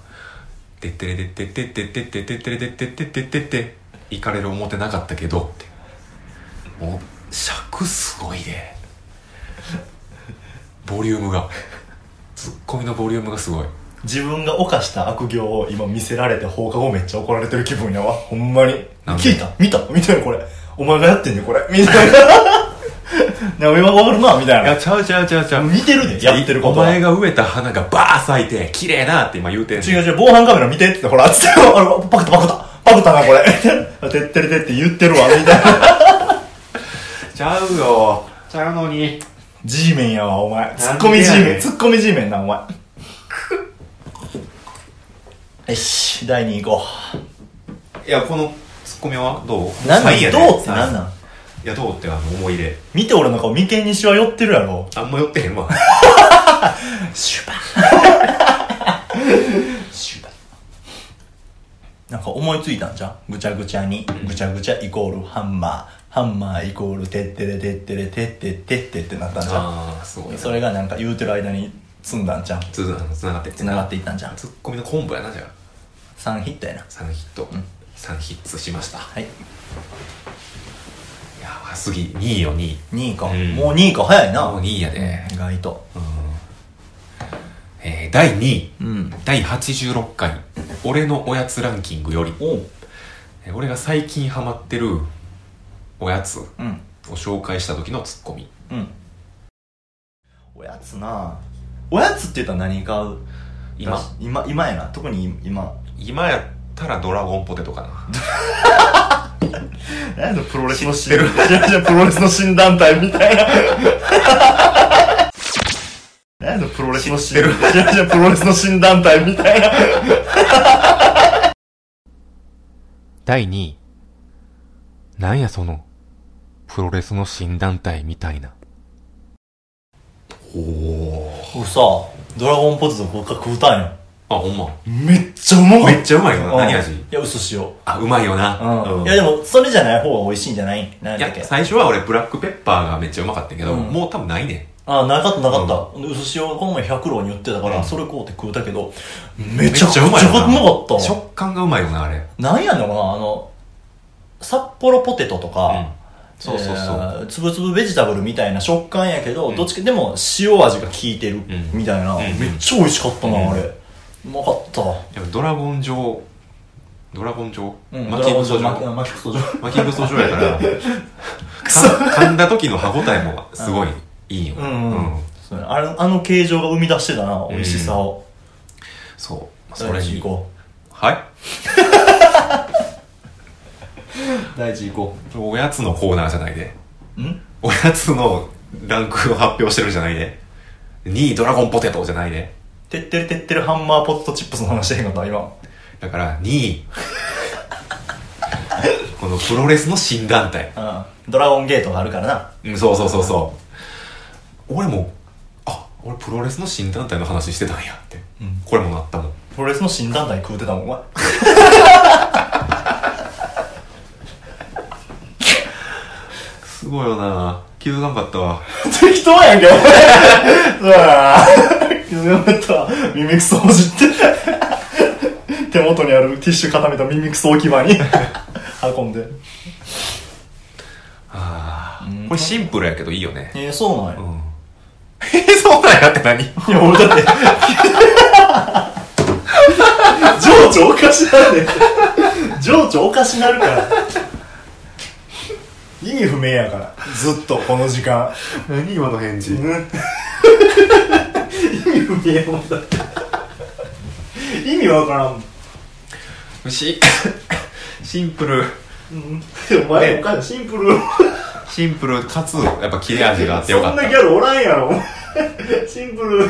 [SPEAKER 1] てってれてってってってってってってってれてってってってってって、行かれる思ってなかったけどって。もう、尺すごいね。ボリュームが。ツッコミのボリュームがすごい。
[SPEAKER 2] 自分が犯した悪行を今見せられて放課後めっちゃ怒られてる気分やわ。ほんまに。
[SPEAKER 1] なんで
[SPEAKER 2] 聞いた見た見てよこれ。お前がやってんねんこれ。みたいな。な俺は終わるな、みたい
[SPEAKER 1] い
[SPEAKER 2] な
[SPEAKER 1] や、。ちゃうちゃうちゃうちゃう。
[SPEAKER 2] 見てるで、やってること
[SPEAKER 1] お
[SPEAKER 2] は。
[SPEAKER 1] 前が植えた花がバー咲いて、綺麗なって今言うてんねん
[SPEAKER 2] 違う違う、防犯カメラ見てって、ほら、つって、あれ、パクったパクった。パクったな、これ。てってれてって言ってるわ、みたいな。
[SPEAKER 1] ちゃうよ。ちゃうのに。
[SPEAKER 2] G メンやわ、お前。ツ
[SPEAKER 1] なんで
[SPEAKER 2] ッコ
[SPEAKER 1] やね
[SPEAKER 2] ミ
[SPEAKER 1] ん
[SPEAKER 2] G メン、ツッコミ G メンな、お前。よし、第2位行こ
[SPEAKER 1] いや、このツッコミはどう
[SPEAKER 2] う。なんなん、
[SPEAKER 1] いやね
[SPEAKER 2] どうってなんなん
[SPEAKER 1] いや、どうってあの、思い入れ。
[SPEAKER 2] 見て俺の顔、眉間にしわ寄ってるやろ。
[SPEAKER 1] あんま寄ってへんわ。
[SPEAKER 2] シュバシュバなんか思いついたんじゃんぐちゃぐちゃにぐちゃぐちゃイコールハンマーハンマーイコールてってれてってれてってってってってなったんじゃ
[SPEAKER 1] ああ、すごい
[SPEAKER 2] ん
[SPEAKER 1] な。
[SPEAKER 2] それがなんか言うてる間に積んだんじゃん
[SPEAKER 1] つなつながって
[SPEAKER 2] 繋がっていったんじゃん
[SPEAKER 1] ツッコミのコンボやな、じゃあ。
[SPEAKER 2] 3ヒットやな
[SPEAKER 1] 3ヒット。3ヒッツしました。い
[SPEAKER 2] はい
[SPEAKER 1] やばすぎ。2位よ、2位。
[SPEAKER 2] 2位か、
[SPEAKER 1] うん
[SPEAKER 2] もう2位か早いな
[SPEAKER 1] もう2位やで
[SPEAKER 2] 意外と
[SPEAKER 1] えー、第2位。
[SPEAKER 2] うん
[SPEAKER 1] 第86回、俺のおやつランキングより、
[SPEAKER 2] おう
[SPEAKER 1] えー俺が最近ハマってるおやつを
[SPEAKER 2] うん
[SPEAKER 1] 紹介した時のツッコミ。
[SPEAKER 2] うんおやつなおやつって言ったら何買う
[SPEAKER 1] 今
[SPEAKER 2] 今今やな特に今
[SPEAKER 1] 今やったらドラゴンポテトかな。
[SPEAKER 2] 何やプロレスの診断 プロレスの診断体みた いな何やプロレスの診断 体プロレスの診断体 みたいな
[SPEAKER 5] 第2位。なんやその、プロレスの新団体みたいな。
[SPEAKER 2] 俺さドラゴンポテト僕が食うたんや
[SPEAKER 1] あ、ほんま。
[SPEAKER 2] めっちゃうまかった
[SPEAKER 1] めっちゃうまいよな。何味
[SPEAKER 2] うんいや嘘塩
[SPEAKER 1] あ、うまいよな。
[SPEAKER 2] うん
[SPEAKER 1] うん
[SPEAKER 2] いやでもそれじゃない方が美味しいんじゃない何
[SPEAKER 1] い
[SPEAKER 2] だっけ
[SPEAKER 1] や、最初は俺ブラックペッパーがめっちゃうまかったけど、
[SPEAKER 2] うん
[SPEAKER 1] もう多分ないね。
[SPEAKER 2] あなかったなかった嘘塩この前百郎に売ってたからそれ食うて食うたけどめちゃくちゃうま
[SPEAKER 1] めっよな
[SPEAKER 2] かった
[SPEAKER 1] 食感がうまいよな、あれ。
[SPEAKER 2] なんやろなあの札幌ポテトとか、
[SPEAKER 1] うんそうそうそう
[SPEAKER 2] えーつぶつぶベジタブルみたいな食感やけど、どっちかでも塩味が効いてる
[SPEAKER 1] ん
[SPEAKER 2] みたいな、
[SPEAKER 1] うん
[SPEAKER 2] めっちゃ美味しかった
[SPEAKER 1] う
[SPEAKER 2] な、
[SPEAKER 1] ん
[SPEAKER 2] あれうまかった、
[SPEAKER 1] やっぱドラゴン状、ドラゴン状、
[SPEAKER 2] うん、
[SPEAKER 1] マキブソ
[SPEAKER 2] ドラゴン
[SPEAKER 1] 状。
[SPEAKER 2] マキブソ状
[SPEAKER 1] マキブソ状やから、か 噛んだ時の歯応えもすごいいいよ。
[SPEAKER 2] うん、うんそうねあれあの形状が生み出してたな美味しさを、
[SPEAKER 1] そう。まあ
[SPEAKER 2] 第
[SPEAKER 1] それ
[SPEAKER 2] 一
[SPEAKER 1] に
[SPEAKER 2] 位。行こ
[SPEAKER 1] はい。
[SPEAKER 2] う第一位行こ
[SPEAKER 1] おやつのコーナーじゃないで。
[SPEAKER 2] ううん
[SPEAKER 1] おやつのランクを発表してるじゃないで。2位ドラゴンポテトじゃないで。
[SPEAKER 2] てってるてってるハンマーポテトチップスの話してへんかった今
[SPEAKER 1] だから2位。このプロレスの新団体。
[SPEAKER 2] うんドラゴンゲートがあるからな
[SPEAKER 1] うん、そうそうそうそう。俺も、あ、俺プロレスの新団体の話してたんやって。
[SPEAKER 2] うん
[SPEAKER 1] これもなったもん。
[SPEAKER 2] プロレスの新団体食うてたもんお前
[SPEAKER 1] すごいよな気づかんかったわ。
[SPEAKER 2] 適当やんけ、お前。そうやな。やったわ。耳くそほじって。手元にあるティッシュ固めた耳くそ置き場に運んで。
[SPEAKER 1] これシンプルやけどいいよね。
[SPEAKER 2] えー、そうなんや。
[SPEAKER 1] うん。えー、 そうなんやって何
[SPEAKER 2] いや、俺だって。情緒おかしなるね。情緒おかしなるから。意味不明やから。ずっと、この時間。
[SPEAKER 1] 何今の返事
[SPEAKER 2] 意味不明やもんだって。 意味わからんもん。
[SPEAKER 1] し、シンプル。
[SPEAKER 2] うんお前おかしいシンプル
[SPEAKER 1] シンプルかつやっぱ切れ味があってよ
[SPEAKER 2] そ
[SPEAKER 1] か
[SPEAKER 2] ん
[SPEAKER 1] っ
[SPEAKER 2] なギ
[SPEAKER 1] た
[SPEAKER 2] ャルおらんやろ シンプル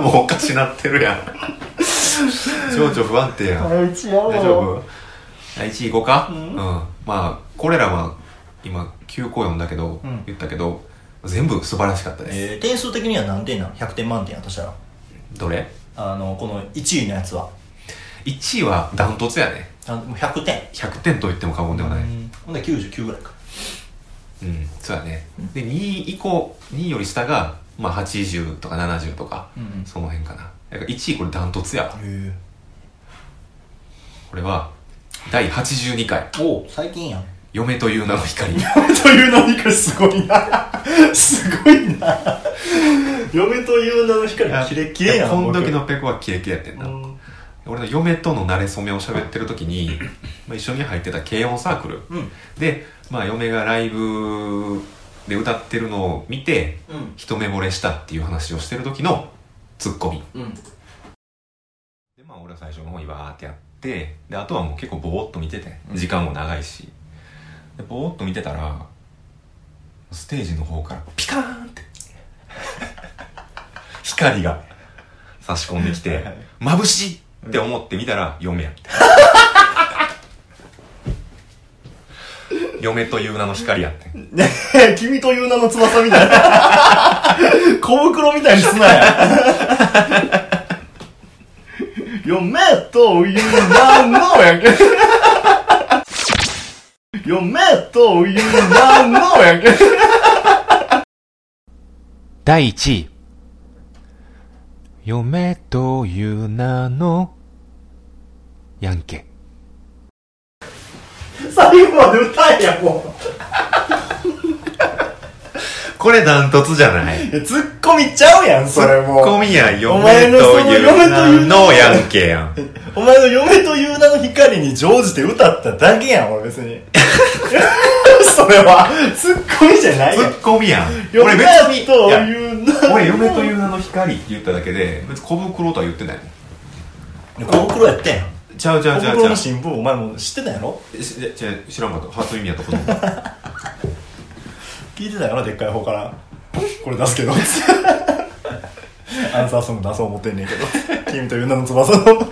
[SPEAKER 1] もうおかしなってるや ん情緒不安定やん
[SPEAKER 2] あいちやろ
[SPEAKER 1] 大丈夫1位行こうか、
[SPEAKER 2] うん
[SPEAKER 1] まあこれらは今9個読んだけど、
[SPEAKER 2] うん
[SPEAKER 1] 言ったけど全部素晴らしかったです、
[SPEAKER 2] えー、点数的には何点なの100点満点やとしたら
[SPEAKER 1] どれ
[SPEAKER 2] あのこの1位のやつは
[SPEAKER 1] ?1 位はダントツやね
[SPEAKER 2] あもう100点
[SPEAKER 1] 100点と言っても過言ではないうん、
[SPEAKER 2] うんほんで99ぐらいか
[SPEAKER 1] そうやねで2位以降2位より下が、まあ、80とか70とか、
[SPEAKER 2] うんうん
[SPEAKER 1] その辺かなだから1位これダントツやわ
[SPEAKER 2] へ
[SPEAKER 1] これは第82回
[SPEAKER 2] えおう最近やん
[SPEAKER 1] 「嫁という名の光」
[SPEAKER 2] と いうのにかすごいな すごいな 嫁という名の光キレキレやん
[SPEAKER 1] この時
[SPEAKER 2] 僕
[SPEAKER 1] のペコはキレキレやってんな、
[SPEAKER 2] うん
[SPEAKER 1] 俺の嫁との馴れ初めを喋ってる時にまあ一緒に入ってた軽音サークル、
[SPEAKER 2] うん
[SPEAKER 1] で、まあ、嫁がライブで歌ってるのを見て、
[SPEAKER 2] うん
[SPEAKER 1] 一目惚れしたっていう話をしてる時のツッコミ
[SPEAKER 2] うん
[SPEAKER 1] でまあ俺は最初の方にわーってやってであとはもう結構ぼーっと見てて時間も長いしでぼーっと見てたらステージの方からピカーンって 光が差し込んできて眩しいって思って見たら嫁やった 嫁という名の光やってん
[SPEAKER 2] ねえ君という名の翼みたいな小袋みたいにすなや嫁という名のやけ嫁という名のやけ
[SPEAKER 5] 第1位。嫁という名の、ヤンケ。
[SPEAKER 2] 最後まで歌えやも
[SPEAKER 1] これダントツじゃないう
[SPEAKER 2] ツッコミちゃうやんそれもう
[SPEAKER 1] ツッコミや嫁
[SPEAKER 2] お
[SPEAKER 1] と
[SPEAKER 2] 前のその
[SPEAKER 1] いう名のやんけ やん
[SPEAKER 2] お前の嫁という名の光に乗じて歌っただけやん俺別に それはツッコミじゃない
[SPEAKER 1] ツ
[SPEAKER 2] やん
[SPEAKER 1] ッコミやん
[SPEAKER 2] 嫁
[SPEAKER 1] 別に
[SPEAKER 2] と
[SPEAKER 1] いや
[SPEAKER 2] いう名の
[SPEAKER 1] 俺嫁という名の光って言っただけで別に小袋とは言ってないもん
[SPEAKER 2] 小袋やってん
[SPEAKER 1] ちゃうちゃ
[SPEAKER 2] 小
[SPEAKER 1] うちゃう
[SPEAKER 2] 袋の
[SPEAKER 1] ちゃ
[SPEAKER 2] 新聞お前も知ってたやろ
[SPEAKER 1] うしじゃ知らんかった初耳やった こと思った
[SPEAKER 2] 聞いてたやろでっかい方からこれ出す けどアンサーソング出そう思ってんねんけど君という名の翼 の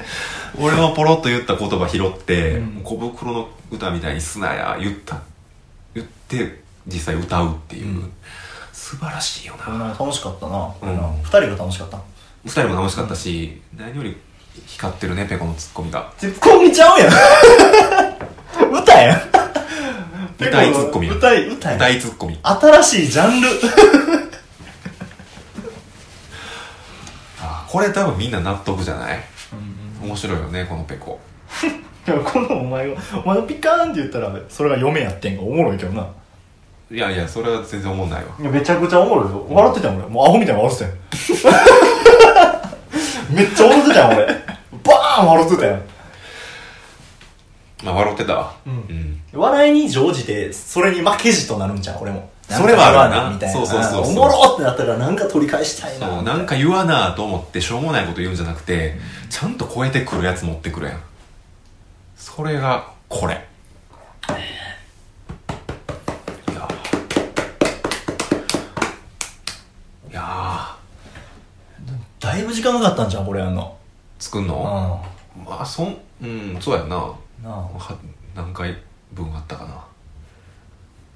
[SPEAKER 1] 俺のポロッと言った言葉拾って、もう小袋の歌みたいにすなや言った言って実際歌うっていう、素晴らしいよな、
[SPEAKER 2] 楽しかったなこれ
[SPEAKER 1] う
[SPEAKER 2] な
[SPEAKER 1] ん
[SPEAKER 2] 二人が楽しかった
[SPEAKER 1] 二人も楽しかったし、何より光ってるねペコのツッコミが
[SPEAKER 2] ツッコミちゃうや ん歌やん
[SPEAKER 1] 歌いツッコミや
[SPEAKER 2] 歌い歌やん
[SPEAKER 1] 大ツッコミ
[SPEAKER 2] 新しいジャンル
[SPEAKER 1] これ多分みんな納得じゃない、面白いよねこのペコ
[SPEAKER 2] このお前がお前がピカーンって言ったらそれが嫁やってんがおもろいけどない
[SPEAKER 1] やいやそれは全然思んないわ
[SPEAKER 2] いやめちゃくちゃおもろいよ笑ってたもん俺もうアホみたいに笑ってたよ めっちゃ笑ってたよ俺バーン笑ってたよ
[SPEAKER 1] まあ笑ってたわ
[SPEAKER 2] うん
[SPEAKER 1] うん
[SPEAKER 2] 笑いに乗じてそれに負けじとなるんじゃん俺も
[SPEAKER 1] それはあるな
[SPEAKER 2] なんか笑わみたいな
[SPEAKER 1] そうそうそうそう
[SPEAKER 2] おもろってなったからなんか取り返したいな
[SPEAKER 1] そうなんか言わなと思ってしょうもないこと言うんじゃなくてちゃんと超えてくるやつ持ってくるやんそれがこれいやーいやー
[SPEAKER 2] だいぶ時間かかったんじゃんこれやんの
[SPEAKER 1] 作ん
[SPEAKER 2] う
[SPEAKER 1] の
[SPEAKER 2] な
[SPEAKER 1] まあそんうんそうやな
[SPEAKER 2] あ
[SPEAKER 1] は何回分あったか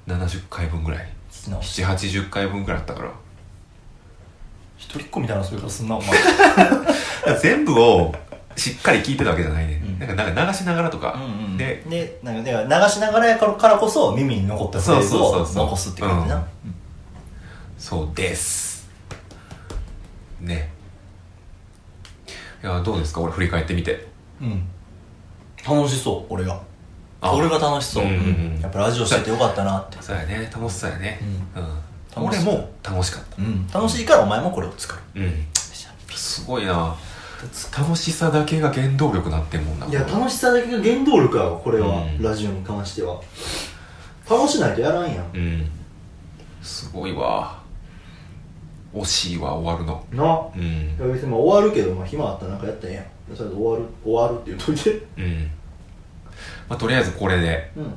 [SPEAKER 1] な70回分ぐらい
[SPEAKER 2] な
[SPEAKER 1] 780回分ぐらいあったから
[SPEAKER 2] 一人っ子みたいなそういうことすんなお前
[SPEAKER 1] 全部をしっかり聞いてたわけじゃないね、
[SPEAKER 2] うん
[SPEAKER 1] なんかなんか流しながらとか、で
[SPEAKER 2] でなんかね流しながらやからこそ耳に残ったフレーズ
[SPEAKER 1] そうそ
[SPEAKER 2] を
[SPEAKER 1] うそうそう
[SPEAKER 2] 残すって感じ
[SPEAKER 1] うん
[SPEAKER 2] な
[SPEAKER 1] そうですねいやどうですか俺振り返ってみて
[SPEAKER 2] うん楽しそう俺が
[SPEAKER 1] あ
[SPEAKER 2] 俺が楽しそう
[SPEAKER 1] うんうんうん
[SPEAKER 2] やっぱラジオしててよかったなって
[SPEAKER 1] そうやね楽しそうやねうん、
[SPEAKER 2] 楽
[SPEAKER 1] 俺
[SPEAKER 2] しそう
[SPEAKER 1] も楽しかった
[SPEAKER 2] うん楽しいからお前もこれを作る
[SPEAKER 1] うんすごいな楽しさだけが原動力なってんもんない
[SPEAKER 2] や楽しさだけが原動力やわこれは、
[SPEAKER 1] うん
[SPEAKER 2] ラジオに関しては楽しないとやらんやん
[SPEAKER 1] うんすごいわ惜しいわ終わるの
[SPEAKER 2] な
[SPEAKER 1] うん
[SPEAKER 2] いや別にまあ終わるけど、まあ、暇あったらなんかやったらええやんそれで終わる終わるって言うといて
[SPEAKER 1] うんまあとりあえずこれで
[SPEAKER 2] うん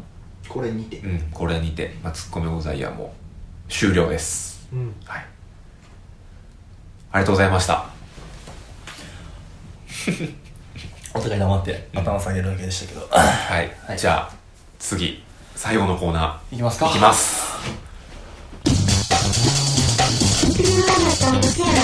[SPEAKER 2] これにて
[SPEAKER 1] うん、これにて、まあ、ツッコミございやもう終了です、
[SPEAKER 2] うん
[SPEAKER 1] はい、ありがとうございました
[SPEAKER 2] お互い黙って頭下げるだけでしたけど
[SPEAKER 1] はい、
[SPEAKER 2] はい
[SPEAKER 1] じゃあ次最後のコーナ
[SPEAKER 2] いきます
[SPEAKER 1] ー
[SPEAKER 2] か
[SPEAKER 1] いきます
[SPEAKER 7] ルーアラとムチャラ